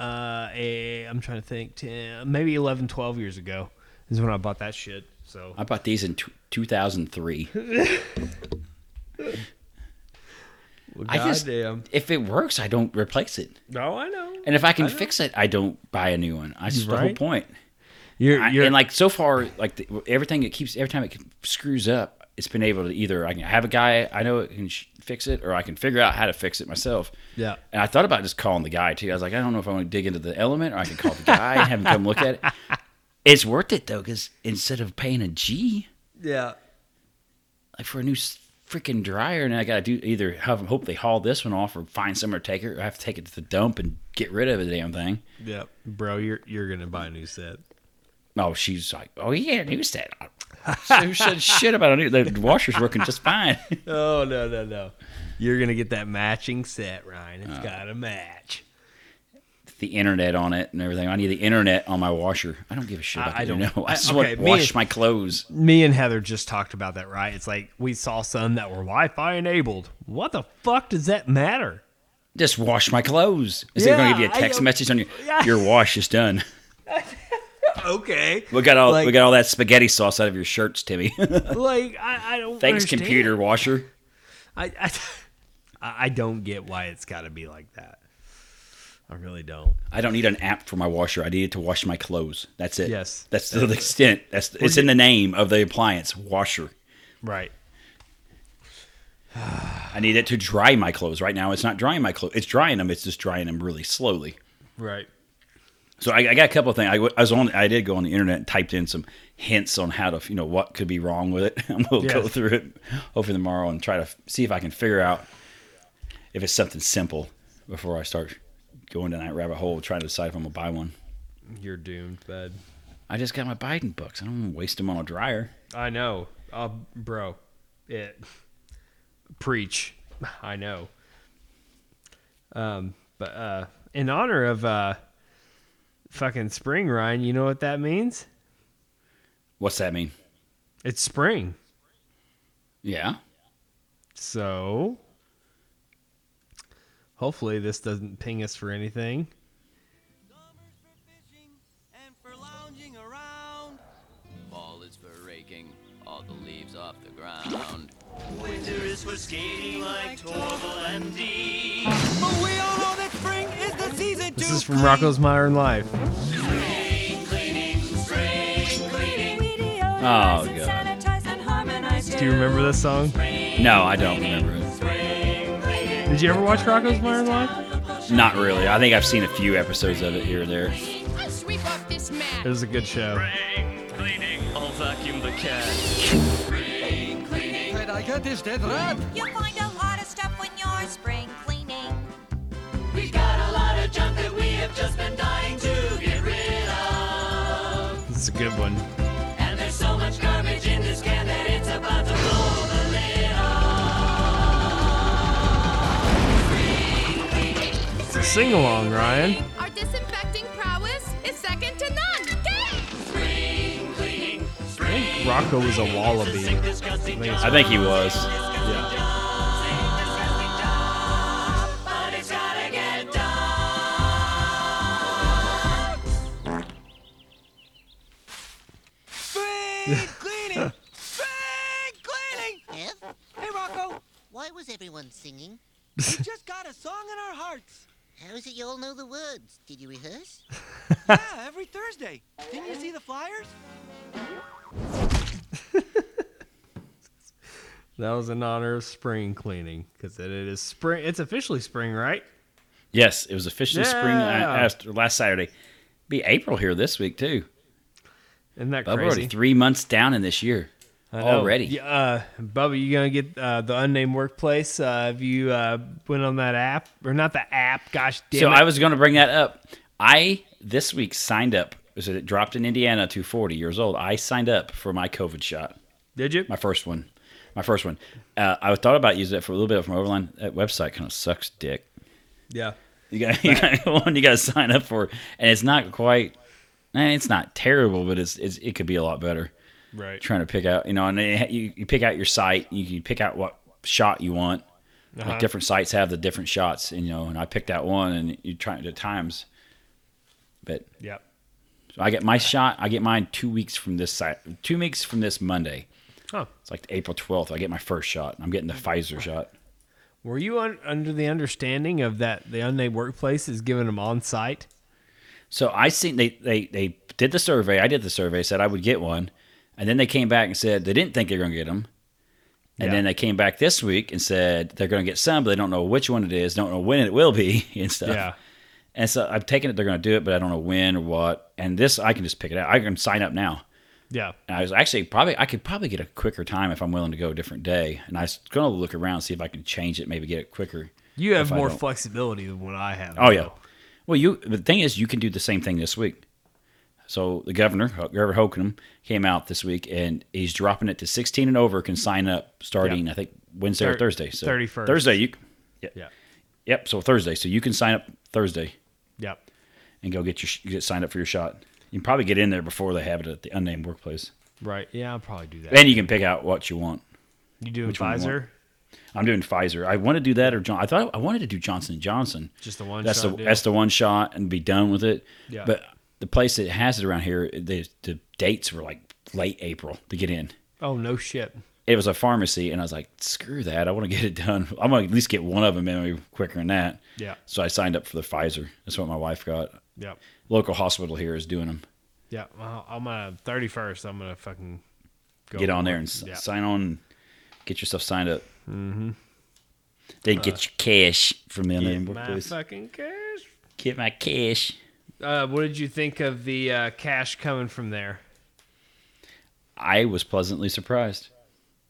Uh, eh, I'm trying to think, 10, maybe 11, 12 years ago is when I bought that shit. So I bought these in t- 2003. I just, goddamn. if it works, I don't replace it. no, I know. And if I can fix it, I don't buy a new one. That's just the whole Right. point. You're, I, you're and like so far, like the, everything it keeps, every time it screws up, it's been able to either I can have a guy I know can sh- fix it, or I can figure out how to fix it myself. Yeah. And I thought about just calling the guy too. I was like, I don't know if I want to dig into the element, or I can call the guy and have him come look at it. It's worth it though, because instead of paying a G, yeah, like for a new s- freaking dryer, and I gotta do either have hope they haul this one off or find somewhere to take it, or I have to take it to the dump and get rid of the damn thing. yeah, bro. You're you're gonna buy a new set. Oh, she's like, oh yeah, new set. Who said shit about a new? The washer's working just fine. Oh no no no! You're gonna get that matching set, Ryan. It's got to match. the internet on it and everything. I need the internet on my washer. I don't give a shit. About I the don't- internet. I I- just okay, want to me- wash my clothes. me and Heather just talked about that, right? It's like we saw some that were Wi Fi enabled. What the fuck does that matter? just wash my clothes. Instead of Yeah, going to give you I a text know. message on your Yeah. your wash is done. Okay. We got all Like- we got all that spaghetti sauce out of your shirts, Timmy. Like I, I don't. Thanks, understand. computer washer. I, I I don't get why it's got to be like that. I really don't. I don't need an app for my washer. I need it to wash my clothes. That's it. Yes. That's the extent. That's it's in the name of the appliance, washer. Right. I need it to dry my clothes. Right now, it's not drying my clothes. It's drying them. It's just drying them really slowly. Right. So I, I got a couple of things. I, w- I was on. I did go on the internet and typed in some hints on how to, you know, what could be wrong with it. And we'll go Yes. through it over tomorrow and try to f- see if I can figure out if it's something simple before I start going down that rabbit hole trying to decide if I'm gonna buy one. You're doomed, bud. I just got my Biden books. I don't want to waste them on a dryer. I know, uh, bro. It preach. I know. Um, but uh, in honor of uh, fucking spring, Ryan, you know what that means? What's that mean? It's spring. Yeah. So, hopefully, this doesn't ping us for anything. Summers for fishing and for lounging around. Fall is for raking all the leaves off the ground. Winter is for skating like Torval and Dee. But we all know that spring is the season This is from Rocco's Modern Life. Oh, Oh, God. Do you remember this song? No, I don't remember it. Did you ever watch Rocco's Modern Life? Not really. I think I've seen a few episodes of it here or there. I'll sweep up this map. It was a good show. I'll vacuum the cat. I got this dead rat. You'll find a lot of stuff when you're spring cleaning. It's a good one. It's a sing along, Ryan. Our disinfecting prowess is second to none. Yay! I think Rocco was a wallaby. I think it's- I think he was. yeah. Spring cleaning! Spring cleaning! Ev, Hey, Rocco, why was everyone singing? we just got a song in our hearts. How is it you all know the words? Did you rehearse? Yeah, every Thursday. Didn't you see the flyers? That was in honor of spring cleaning because it is spring. It's officially spring, right? Yes, it was officially spring Yeah. uh, after last Saturday. Be April here this week too. Isn't that Bubba already crazy? three months down in this year I know. already. Yeah, uh, Bubba, you gonna get uh, the unnamed workplace? Uh, have you uh, went on that app or not the app? Gosh damn so it! I was going to bring that up. I this week signed up. Was it dropped in Indiana to 40 years old? I signed up for my COVID shot, Did you? my first one, my first one. Uh, I thought about using it for a little bit from Overland. That website kind of sucks dick. yeah. You got you got one you got to sign up for, and it's not quite. eh, It's not terrible, but it's, it's it could be a lot better. Right. trying to pick out, you know, and it, you, you pick out your site, you can pick out what shot you want. Uh-huh. Like different sites have the different shots, and you know, and I picked out one, and you try it at times. But Yep. so I get my shot, I get mine two weeks from this site, two weeks from this Monday. Oh, It's like April twelfth. I get my first shot. I'm getting the Pfizer shot. were you un- under the understanding of that the unnamed workplace is giving them on site? So I seen they they they did the survey. I did the survey. Said I would get one, and then they came back and said they didn't think they were going to get them. And Yeah. then they came back this week and said they're going to get some, but they don't know which one it is, don't know when it will be, and stuff. Yeah. And so I've taken it they're going to do it, but I don't know when or what. And this I can just pick it out. I can sign up now. Yeah. And I was actually probably I could probably get a quicker time if I'm willing to go a different day. And I was going to look around see if I can change it, maybe get it quicker. You have If I more don't- flexibility than what I have. Oh yeah. though. Well, you the thing is, you can do the same thing this week. So the governor, Governor Hokum, came out this week, and he's dropping it to 16 and over can sign up starting I think Wednesday Thir- or Thursday. So 31st. Thursday, you. Yeah, Yeah. Yep. So Thursday, so you can sign up Thursday Yep. and go get your sh- get signed up for your shot. You can probably get in there before they have it at the unnamed workplace, Right. Yeah, I'll probably do that. and you can pick out what you want. you doing one you Pfizer? I'm doing Pfizer. I want to do that or John. I thought I wanted to do Johnson and Johnson. Just the one That's shot the deal. that's the one shot and be done with it. Yeah. But the place that has it around here, the the dates were like late April to get in. Oh no shit. It was a pharmacy, and I was like, screw that. I want to get it done. I'm gonna at least get one of them in maybe quicker than that. Yeah. So I signed up for the Pfizer. That's what my wife got. Yep. Local hospital here is doing them. Yeah. Well, I'm on thirty first. I'm gonna fucking go get for on there it. and s yeah. sign on. and Get yourself signed up. Mm-hmm. Then get your cash from the Uh, Get unnamed my workplace. fucking cash. Get my cash. Uh, what did you think of the uh, cash coming from there? I was pleasantly surprised.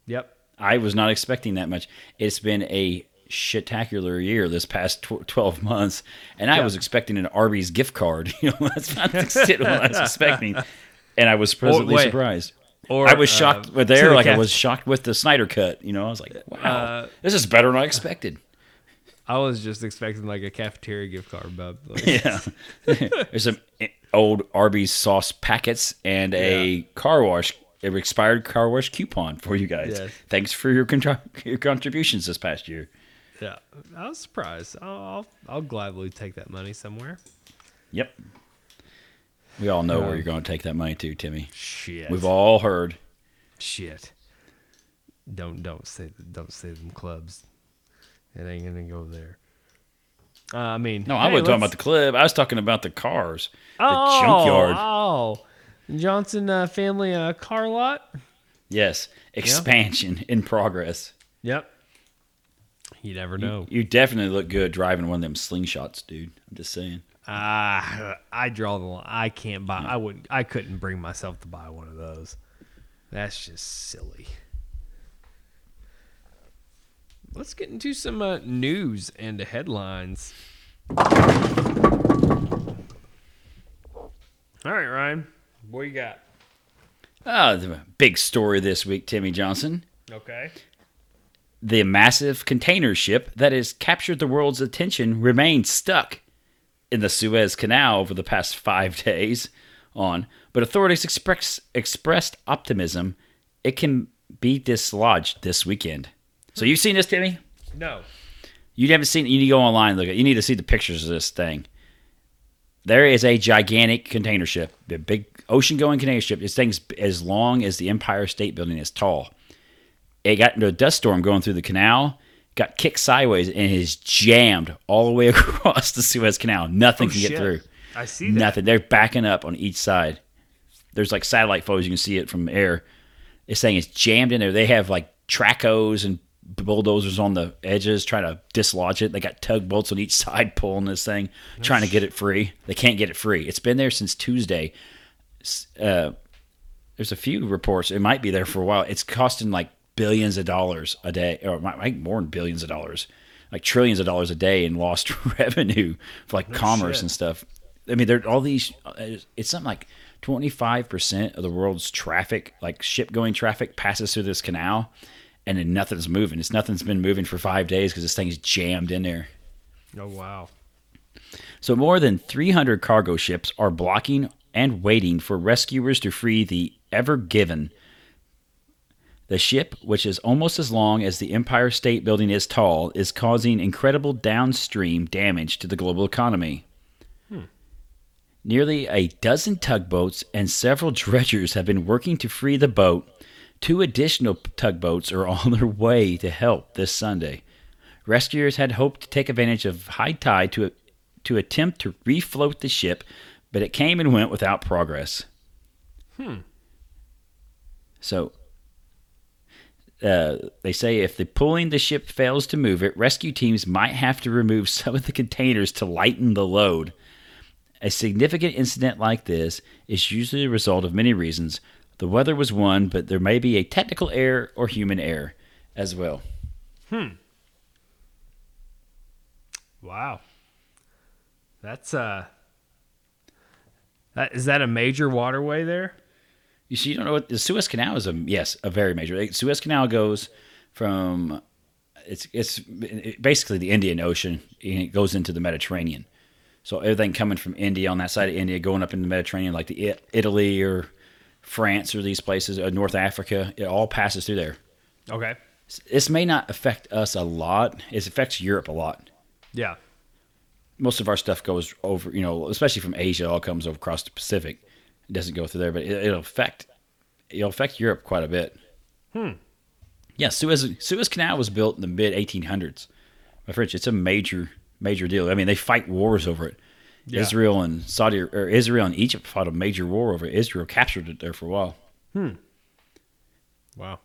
Yep. I was not expecting that much. It's been a shitacular year this past tw- 12 months, and I Yeah. was expecting an Arby's gift card. You know, that's not the what I was expecting. And I was pleasantly Oh, wait. surprised. Or I was shocked uh, with to there, the like I cafe- was shocked with the Snyder cut. You know, I was Uh, like, wow, this is better than I expected. I was just expecting like a cafeteria gift card, bub. Like, Yeah. There's some old Arby's sauce packets and a Yeah. car wash, an expired car wash coupon for you guys. Yes. Thanks for your, contri- your contributions this past year. yeah. I was surprised. I'll, I'll I'll gladly take that money somewhere. Yep. We all know where you're going to take that money to, Timmy. Shit. We've all heard. shit. Don't don't say don't say them clubs. It ain't gonna go there. Uh, I mean, No, I hey, wasn't talking about let's- the club. I was talking about the cars, oh, the junkyard. Oh, Johnson uh, family uh, car lot. Yes, expansion in progress. Yep. You never know. You definitely look good driving one of them slingshots, dude. I'm just saying. Ah, I draw the line. I can't buy. I wouldn't. I couldn't bring myself to buy one of those. That's just silly. Let's get into some uh, news and headlines. All right, Ryan, what you got? Ah, the big story this week, Timmy Johnson. Okay. The massive container ship that has captured the world's attention remains stuck in the Suez Canal over the past five days on, but authorities express, expressed optimism it can be dislodged this weekend. So you've seen this, Timmy? No. You haven't seen it. You need to go online and look at You need to see the pictures of this thing. There is a gigantic container ship, the big ocean going container ship. This thing's as long as the Empire State Building is tall. It got into a dust storm going through the canal, got kicked sideways, and is jammed all the way across the Suez Canal. Nothing Oh, can shit. get through. I see that. Nothing. They're backing up on each side. There's like satellite photos. You can see it from air. This thing is jammed in there. They have like tracos and bulldozers on the edges trying to dislodge it. They got tugboats on each side pulling this thing, trying to get it free. They can't get it free. It's been there since Tuesday. S- Uh, there's a few reports. It might be there for a while. It's costing like billions of dollars a day, or it might, might more than billions of dollars, like trillions of dollars a day in lost revenue for like commerce shit. and stuff. I mean, there all these. uh, It's something like twenty five percent of the world's traffic, like ship going traffic, passes through this canal, and then nothing's moving. It's nothing's been moving for five days because this thing's jammed in there. Oh wow. So more than 300 cargo ships are blocking and waiting for rescuers to free the Ever Given. The ship, which is almost as long as the Empire State Building is tall, is causing incredible downstream damage to the global economy. Nearly a dozen tugboats and several dredgers have been working to free the boat. Two additional tugboats are on their way to help this Sunday. Rescuers had hoped to take advantage of high tide to to attempt to refloat the ship, but it came and went without progress. Hmm. So uh, they say if the pulling the ship fails to move it, rescue teams might have to remove some of the containers to lighten the load. A significant incident like this is usually the result of many reasons. The weather was one, but there may be a technical error or human error as well. Wow. That's uh. That is that a major waterway there? You see, you don't know what the Suez Canal is. A yes, a very major. like, Suez Canal goes from it's it's basically the Indian Ocean and it goes into the Mediterranean. So everything coming from India on that side of India, going up into the Mediterranean, like the I- uh, Italy or France or these places, or North Africa, it all passes through there. Okay. This may not affect us a lot. It affects Europe a lot. Yeah. Most of our stuff goes over, you know, especially from Asia, it all comes over across the Pacific. It doesn't go through there, but it, it'll affect it'll affect Europe quite a bit. Hmm. Yeah, Suez Suez Canal was built in the mid 1800s. My friends, it's a major major deal. I mean, they fight wars over it. Yeah. Israel and Saudi or Israel and Egypt fought a major war over it. Israel captured it there for a while. Wow.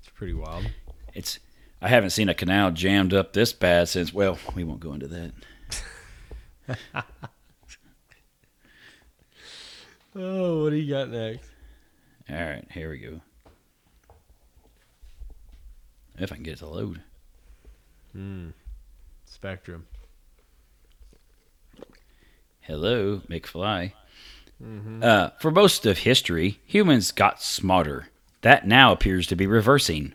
It's pretty wild. It's I haven't seen a canal jammed up this bad since well, we won't go into that. Oh, what do you got next? All right, here we go. If I can get it to load. Hmm. Spectrum. Hello, McFly. Uh, for most of history, humans got smarter. That now appears to be reversing.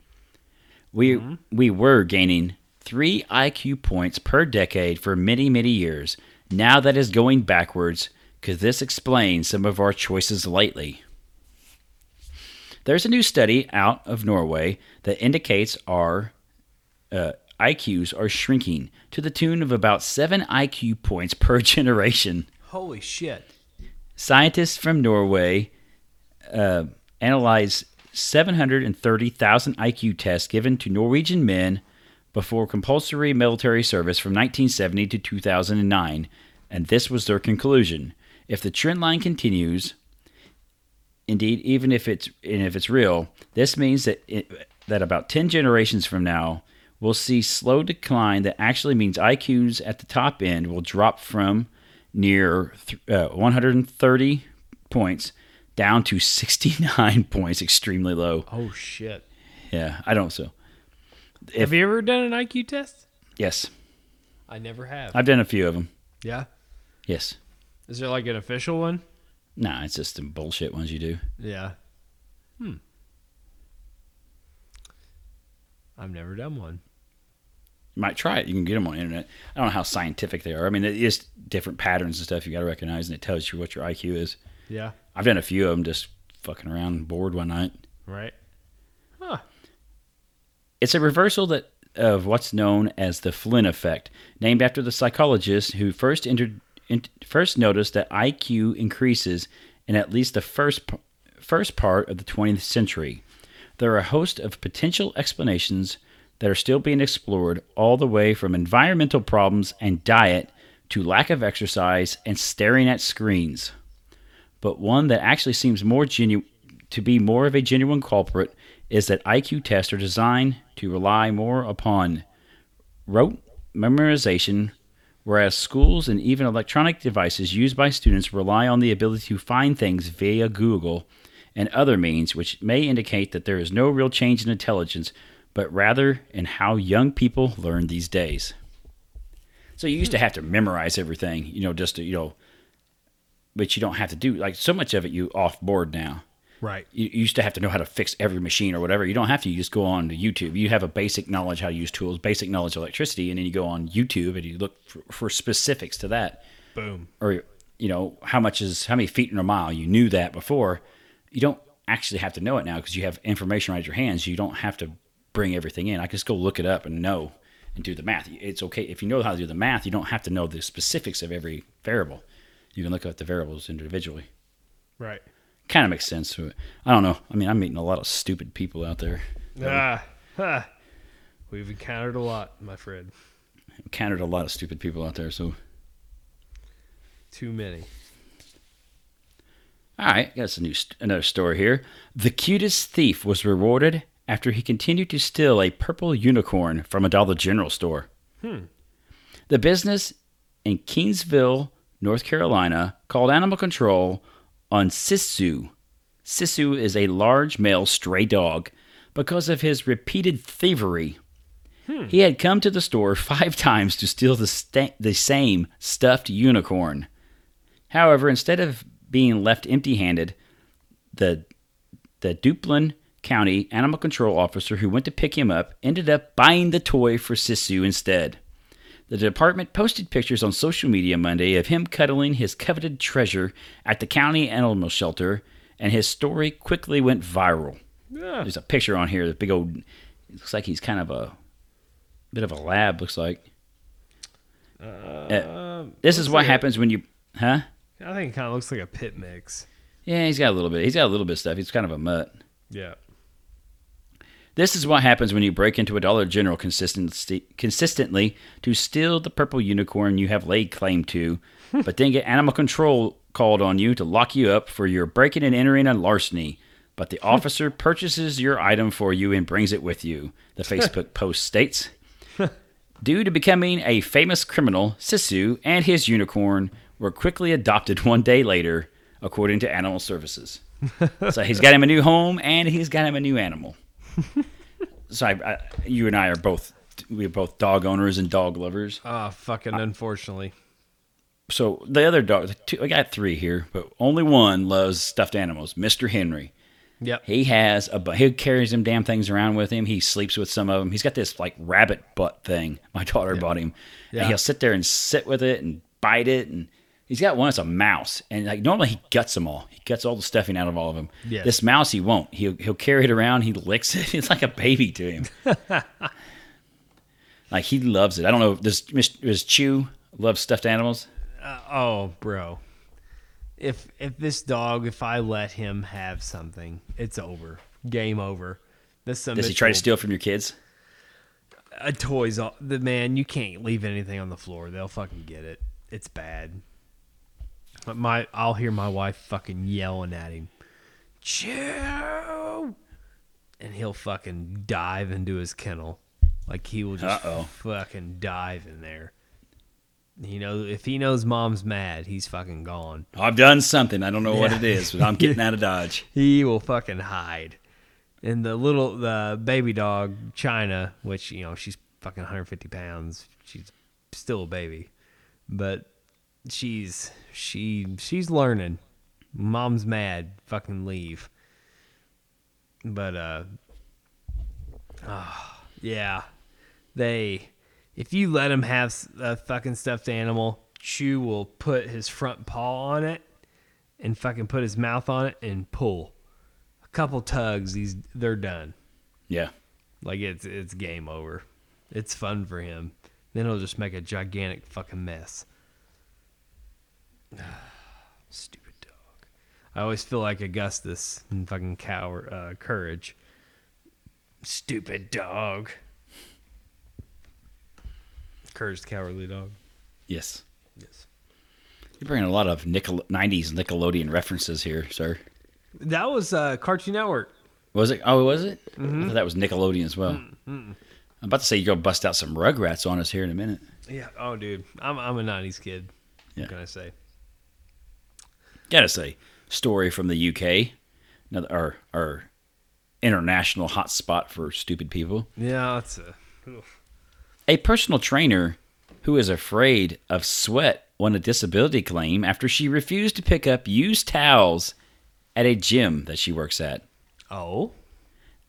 We we were gaining three IQ points per decade for many many years. Now that is going backwards. Could this explain some of our choices lately? There's a new study out of Norway that indicates our uh, IQs are shrinking to the tune of about seven IQ points per generation. Holy shit. Scientists from Norway uh, analyzed 730,000 IQ tests given to Norwegian men before compulsory military service from 1970 to 2009, and this was their conclusion. If the trend line continues, indeed, even if it's and if it's real, this means that it, that about 10 generations from now, we'll see slow decline that actually means IQs at the top end will drop from near th- uh, 130 points down to 69 points, extremely low. Oh shit. Yeah, I don't so. Have you ever done an IQ test? Yes, I never have. I've done a few of them. yeah. Yes. Is there like an official one? Nah, it's just the bullshit ones you do. Yeah. Hmm. I've never done one. You might try it. You can get them on the internet. I don't know how scientific they are. I mean, it is different patterns and stuff you got to recognize, and it tells you what your IQ is. Yeah. I've done a few of them just fucking around, bored one night. Right. It's a reversal that of what's known as the Flynn effect, named after the psychologist who first entered, in, first noticed that IQ increases in at least the first p- first part of the 20th century. There are a host of potential explanations that are still being explored, all the way from environmental problems and diet to lack of exercise and staring at screens but one that actually seems more genu- to be more of a genuine culprit is that IQ tests are designed to rely more upon rote memorization, whereas schools and even electronic devices used by students rely on the ability to find things via Google and other means, which may indicate that there is no real change in intelligence, but rather in how young people learn these days. So you used to have to memorize everything, you know, just to, you know, but you don't have to do like so much of it you off board now Right. you, you used to have to know how to fix every machine or whatever you don't have to you just go on to youtube you have a basic knowledge how to use tools basic knowledge of electricity and then you go on youtube and you look for, for specifics to that Boom. or you know how much is how many feet in a mile you knew that before you don't actually have to know it now because you have information right at your hands you don't have to bring everything in i can just go look it up and know and do the math it's okay if you know how to do the math you don't have to know the specifics of every variable you can look up the variables individually Right. kind of makes sense to it. I don't know. I mean, I'm meeting a lot of stupid people out there. Ah. Ha. We've encountered a lot, my friend. I've counted a lot of stupid people out there. So, Too many. all right, got a new st- another story here. The cutest thief was rewarded after he continued to steal a purple unicorn from a Dollar General store. Hmm. The business in Kingsville, North Carolina, called animal control on Sisu. Sisu is a large male stray dog because of his repeated thievery. He had come to the store five times to steal the, sta- the same stuffed unicorn. However, instead of being left empty handed, the, the Duplin County animal control officer who went to pick him up ended up buying the toy for Sisu instead. The department posted pictures on social media Monday of him cuddling his coveted treasure at the county animal shelter, and his story quickly went viral. Yeah. There's a picture on here. The big old. It looks like he's kind of a bit of a lab. Looks like. Uh, this is looks what like a- happens when you, huh? I think it kind of looks like a pit mix. Yeah, he's got a little bit. He's got a little bit of stuff. He's kind of a mutt. Yeah. This is what happens when you break into a Dollar General consistency, consistently to steal the purple unicorn you have laid claim to, but then get animal control called on you to lock you up for your breaking and entering and larceny. But the officer purchases your item for you and brings it with you. The Facebook post states Due to becoming a famous criminal, Sisu and his unicorn were quickly adopted one day later, according to Animal Services. so he's got him a new home and he's got him a new animal so I, I, you and I are both we're both dog owners and dog lovers. Ah, fucking unfortunately. So the other dog, the two, I got three here, but only one loves stuffed animals. Mister Henry, Yep. he has a bu- he carries them damn things around with him. He sleeps with some of them. He's got this like rabbit butt thing my daughter bought him, Yeah. and he'll sit there and sit with it and bite it and. He's got one that's a mouse, and like normally he guts them all. He guts all the stuffing out of all of them. Yes. This mouse he won't. He'll he'll carry it around. He licks it. It's like a baby to him. Like he loves it. I don't know. Does does Chew love stuffed animals? Oh, bro. If if this dog, if I let him have something, it's over. Game over. This Does he try to steal from your kids? a toys? o- The man, you can't leave anything on the floor. They'll fucking get it. It's bad. But my, I'll hear my wife fucking yelling at him, chew, and he'll fucking dive into his kennel, like he will just Uh-oh. fucking dive in there. You know, if he knows mom's mad, he's fucking gone. I've done something. I don't know what Yeah. it is, but I'm getting out of Dodge. he will fucking hide. And the little the baby dog China, which you know she's fucking 150 pounds, she's still a baby, but she's she she's learning. Mom's mad, fucking leave. But uh, ah, yeah, they if you let him have s- a fucking stuffed animal, Chew will put his front paw on it and fucking put his mouth on it and pull. A couple tugs, he's they're done. Yeah. Like it's it's game over. It's fun for him. Then he'll just make a gigantic fucking mess. Stupid dog. I always feel like Augustus and fucking cow uh, courage. Stupid dog. Courage the cowardly dog. Yes. Yes. You're bringing a lot of Nickel- 90s Nickelodeon references here, sir. That was uh, Cartoon Network. Was it? Oh, was it? I thought that was Nickelodeon as well. I'm about to say you're going to bust out some Rugrats on us here in a minute. Yeah. Oh, dude, I'm I'm a '90s kid. Yeah. What can I say? Gotta say, story from the UK, another, our, our international hotspot for stupid people. Yeah, that's uh, a. oof. A personal trainer who is afraid of sweat won a disability claim after she refused to pick up used towels at a gym that she works at. Oh,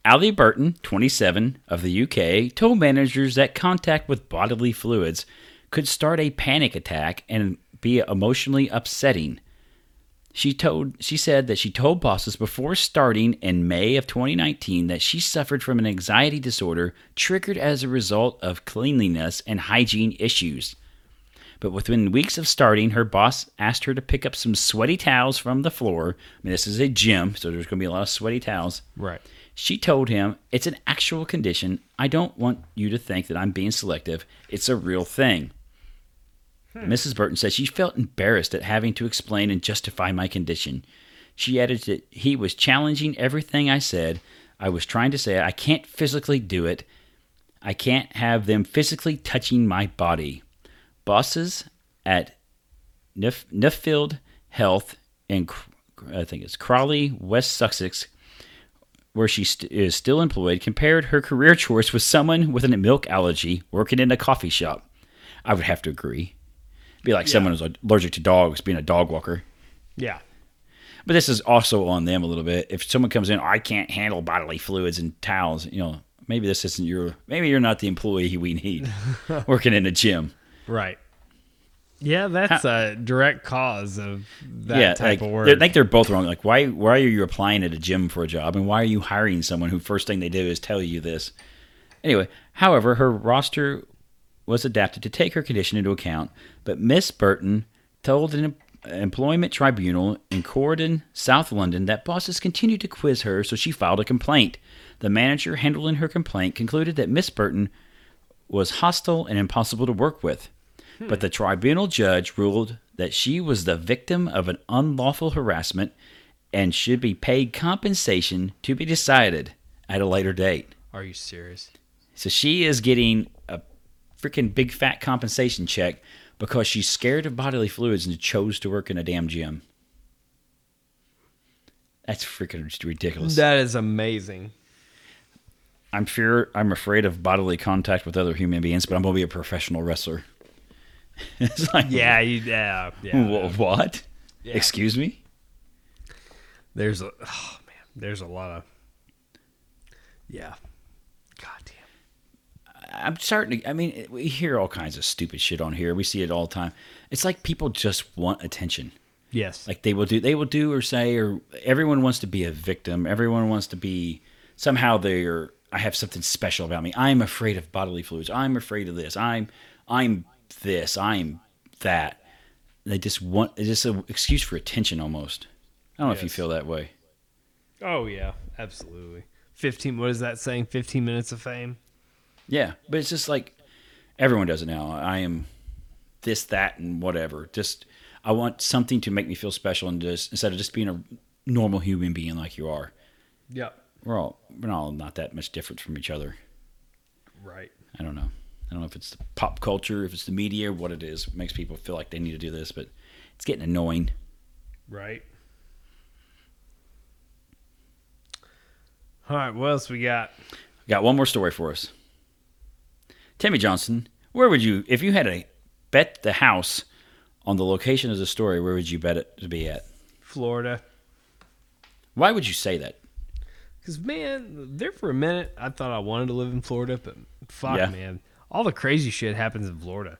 Ali Burton, 27, of the UK, told managers that contact with bodily fluids could start a panic attack and be emotionally upsetting. She told she said that she told bosses before starting in May of 2019 that she suffered from an anxiety disorder triggered as a result of cleanliness and hygiene issues. But within weeks of starting, her boss asked her to pick up some sweaty towels from the floor. I mean, this is a gym, so there's going to be a lot of sweaty towels. right. She told him, It's an actual condition. I don't want you to think that I'm being selective. It's a real thing. Mrs. Burton said she felt embarrassed at having to explain and justify my condition. She added that he was challenging everything I said. I was trying to say, I can't physically do it. I can't have them physically touching my body. Bosses at Nif- Nuffield Health in, Cr- I think it's Crawley, West Sussex, where she st- is still employed, compared her career choice with someone with a milk allergy working in a coffee shop. I would have to agree. Be like someone who's allergic to dogs, being a dog walker. Yeah. But this is also on them a little bit. If someone comes in, I can't handle bodily fluids and towels. You know, maybe this isn't your. Maybe you're not the employee we need working in a gym. Right. Yeah, that's a direct cause of that yeah, type like, of they're- I word. think they're both wrong. Like, why why are you applying at a gym for a job, and why are you hiring someone who first thing they do is tell you this? Anyway, however, her roster was adapted to take her condition into account, but Miss Burton told an em- employment tribunal in Corydon, South London, that bosses continued to quiz her, so she filed a complaint. The manager handling her complaint concluded that Miss Burton was hostile and impossible to work with. But the tribunal judge ruled that she was the victim of an unlawful harassment and should be paid compensation to be decided at a later date. Are you serious? So she is getting a freaking big fat compensation check because she's scared of bodily fluids and chose to work in a damn gym. That's freaking just ridiculous. That is amazing. I'm fear I'm afraid of bodily contact with other human beings, but I'm gonna be a professional wrestler. it's like Yeah, you, yeah, yeah. wha- what? Excuse me? There's a oh man, there's a lot of yeah. God damn. I'm starting to. I mean, we hear all kinds of stupid shit on here. We see it all the time. It's like people just want attention. Yes. Like they will do, they will do or say, or everyone wants to be a victim. Everyone wants to be somehow they're. I have something special about me. I'm afraid of bodily fluids. I'm afraid of this. I'm, I'm this. I'm that. They just want. It's just an excuse for attention almost. I don't know if you Yes. feel that way. oh yeah, absolutely. 15 what is that saying? 15 minutes of fame? Yeah, but it's just like everyone does it now. I am this, that, and whatever. Just I want something to make me feel special, and just instead of just being a normal human being like you are, Yeah. we're all we're all not that much different from each other. Right. I don't know. I don't know if it's the pop culture, if it's the media, what it is. It makes people feel like they need to do this, but it's getting annoying. Right. All right, what else we got? Got one more story for us. Timmy Johnson, where would you, if you had a bet the house on the location of the story, where would you bet it to be at? Florida. Why would you say that? Because, man, there for a minute, I thought I wanted to live in Florida, but fuck, Yeah. man. All the crazy shit happens in Florida.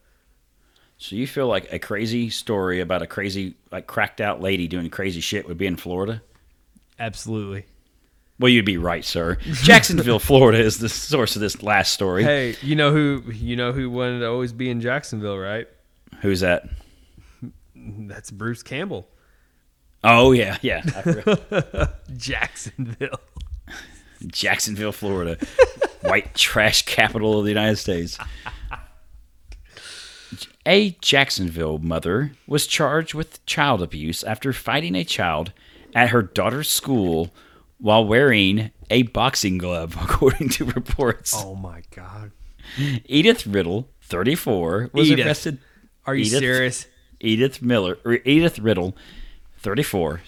So you feel like a crazy story about a crazy, like cracked out lady doing crazy shit would be in Florida? Absolutely. Well, you'd be right, sir. Jacksonville, Florida is the source of this last story. Hey, you know who you know who wanted to always be in Jacksonville, right? Who's that? That's Bruce Campbell. Oh yeah, yeah. I forgot. Jacksonville. Jacksonville, Florida, white trash capital of the United States. A Jacksonville mother was charged with child abuse after fighting a child at her daughter's school while wearing a boxing glove, according to reports. Oh my god. Edith Riddle, 34, was Edith. arrested. Are you Edith? serious? Edith Miller, or Edith Riddle, 34.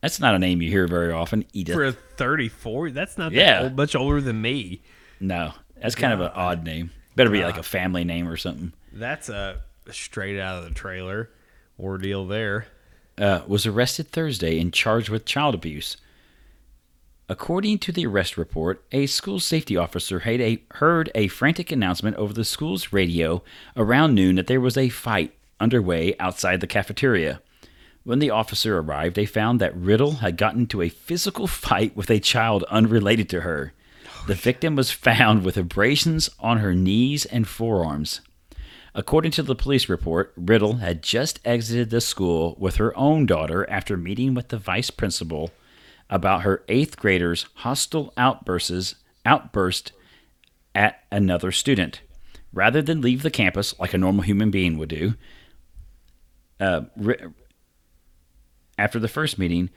That's not a name you hear very often. Edith. For a 34? That's not Yeah. that old, much older than me. no, that's kind of an odd name. Better be like a family name or something. That's a straight out of the trailer ordeal there. uh, was arrested Thursday and charged with child abuse. According to the arrest report, a school safety officer had a, heard a frantic announcement over the school's radio around noon that there was a fight underway outside the cafeteria. When the officer arrived, they found that Riddle had gotten into a physical fight with a child unrelated to her. The victim was found with abrasions on her knees and forearms. According to the police report, Riddle had just exited the school with her own daughter after meeting with the vice principal about her eighth grader's hostile outbursts outburst at another student. Rather than leave the campus like a normal human being would do, uh, Ri- after the first meeting,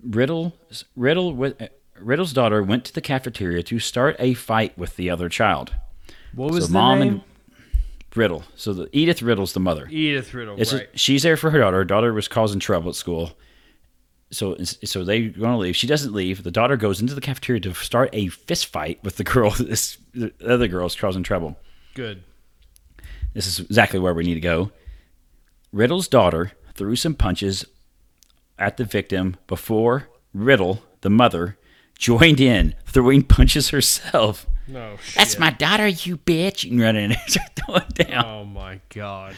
Riddle Riddle with, Riddle's daughter went to the cafeteria to start a fight with the other child. What was so the mom name? and Riddle. So the Edith Riddle's the mother. Edith Riddle, It's right. she's there for her daughter. Her daughter was causing trouble at school. So so they want to leave. She doesn't leave. The daughter goes into the cafeteria to start a fist fight with the girl. This the other girl's causing trouble. Good. This is exactly where we need to go. Riddle's daughter threw some punches at the victim before Riddle, the mother, joined in, throwing punches herself. No. That's shit. my daughter, you bitch. And run in there and start throwing it down. Oh my god.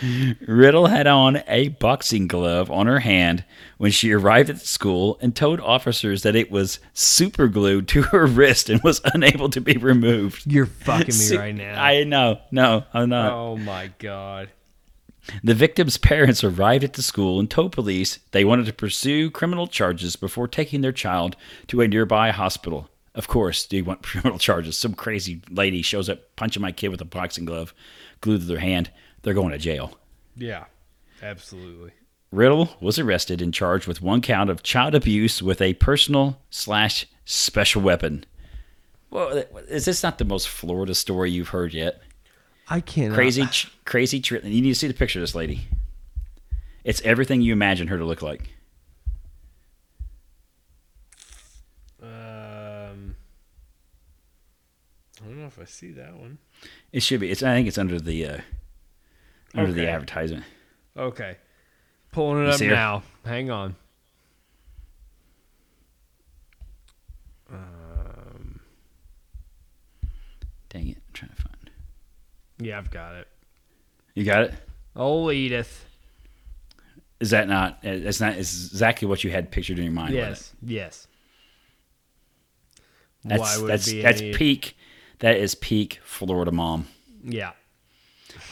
Riddle had on a boxing glove on her hand when she arrived at the school and told officers that it was super glued to her wrist and was unable to be removed. You're fucking me Su- right now. I uh, know. No, I'm not. oh my god. The victim's parents arrived at the school and told police they wanted to pursue criminal charges before taking their child to a nearby hospital. Of course, they want criminal charges. Some crazy lady shows up punching my kid with a boxing glove glued to their hand. They're going to jail. Yeah. Absolutely. Riddle was arrested and charged with one count of child abuse with a personal slash special weapon. Well, is this not the most Florida story you've heard yet? I can't. Crazy, ch- crazy. Tr- you need to see the picture of this lady. It's everything you imagine her to look like. Um. I don't know if I see that one. It should be. It's. I think it's under the uh, under the Okay. advertisement. Okay. Pulling it You up see her? now. Hang on. Um, Dang it! I'm trying to find. Yeah, I've got it. You got it. Oh, Edith. Is that not? It's not. It's exactly what you had pictured in your mind. wasn't Yes. Yes. it? That's Why would that's it be that's any- peak. That is peak Florida mom. Yeah.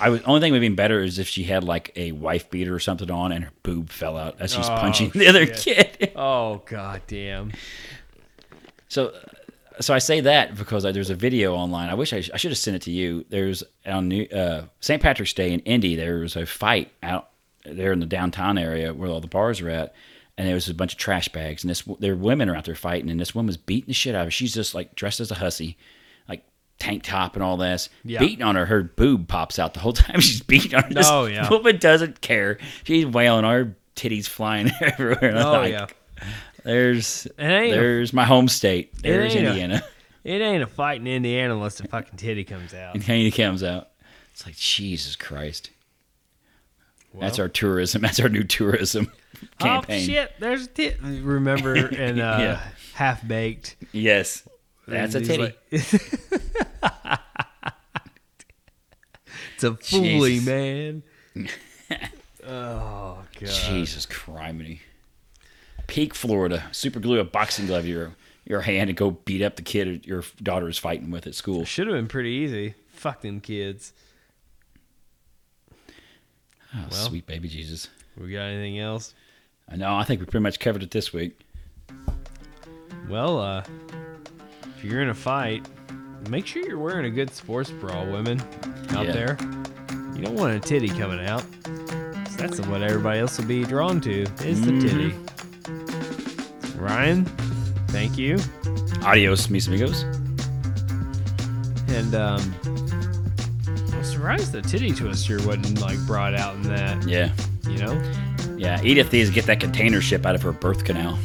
I was only thing would have been better is if she had like a wife beater or something on and her boob fell out as she's Oh, punching the other kid. Oh god damn. So, so I say that because I, there's a video online. I wish I, sh- I should have sent it to you. There's on New, uh, St. Patrick's Day in Indy. There was a fight out there in the downtown area where all the bars are at, and there was a bunch of trash bags. And this there were women are out there fighting, and this woman's beating the shit out of her. She's just like dressed as a hussy, like tank top and all this, Yeah. beating on her. Her boob pops out the whole time she's beating on her. This Oh, yeah. woman doesn't care. She's wailing. Her titties flying everywhere. And I'm Oh like, yeah. There's ain't a- there's my home state. There's ain't a- Indiana. It ain't a fight in Indiana unless the fucking titty comes out. Oh, And Indiana comes out. It's like Jesus Christ. That's our tourism. That's our new tourism campaign. Oh shit! There's a tit. Remember in uh, Yeah. Half Baked. Yes, that's a He's titty. like- it's a fooly Jesus. man. oh god. Jesus criminy. Peak Florida. Super glue a boxing glove to your your hand and go beat up the kid your daughter is fighting with at school. Should have been pretty easy. Fuck them kids. Oh, sweet baby Jesus. We got anything else? I know. I think we pretty much covered it this week. Well, uh, if you're in a fight, make sure you're wearing a good sports bra, women out Yeah. there. You don't want a titty coming out. 'Cause That's what everybody else will be drawn to is the titty. Ryan, thank you, Adios, mis amigos. and um, I'm surprised the titty twister wasn't like brought out in that. Yeah, You know? yeah. Edith needs to get that container ship out of her birth canal.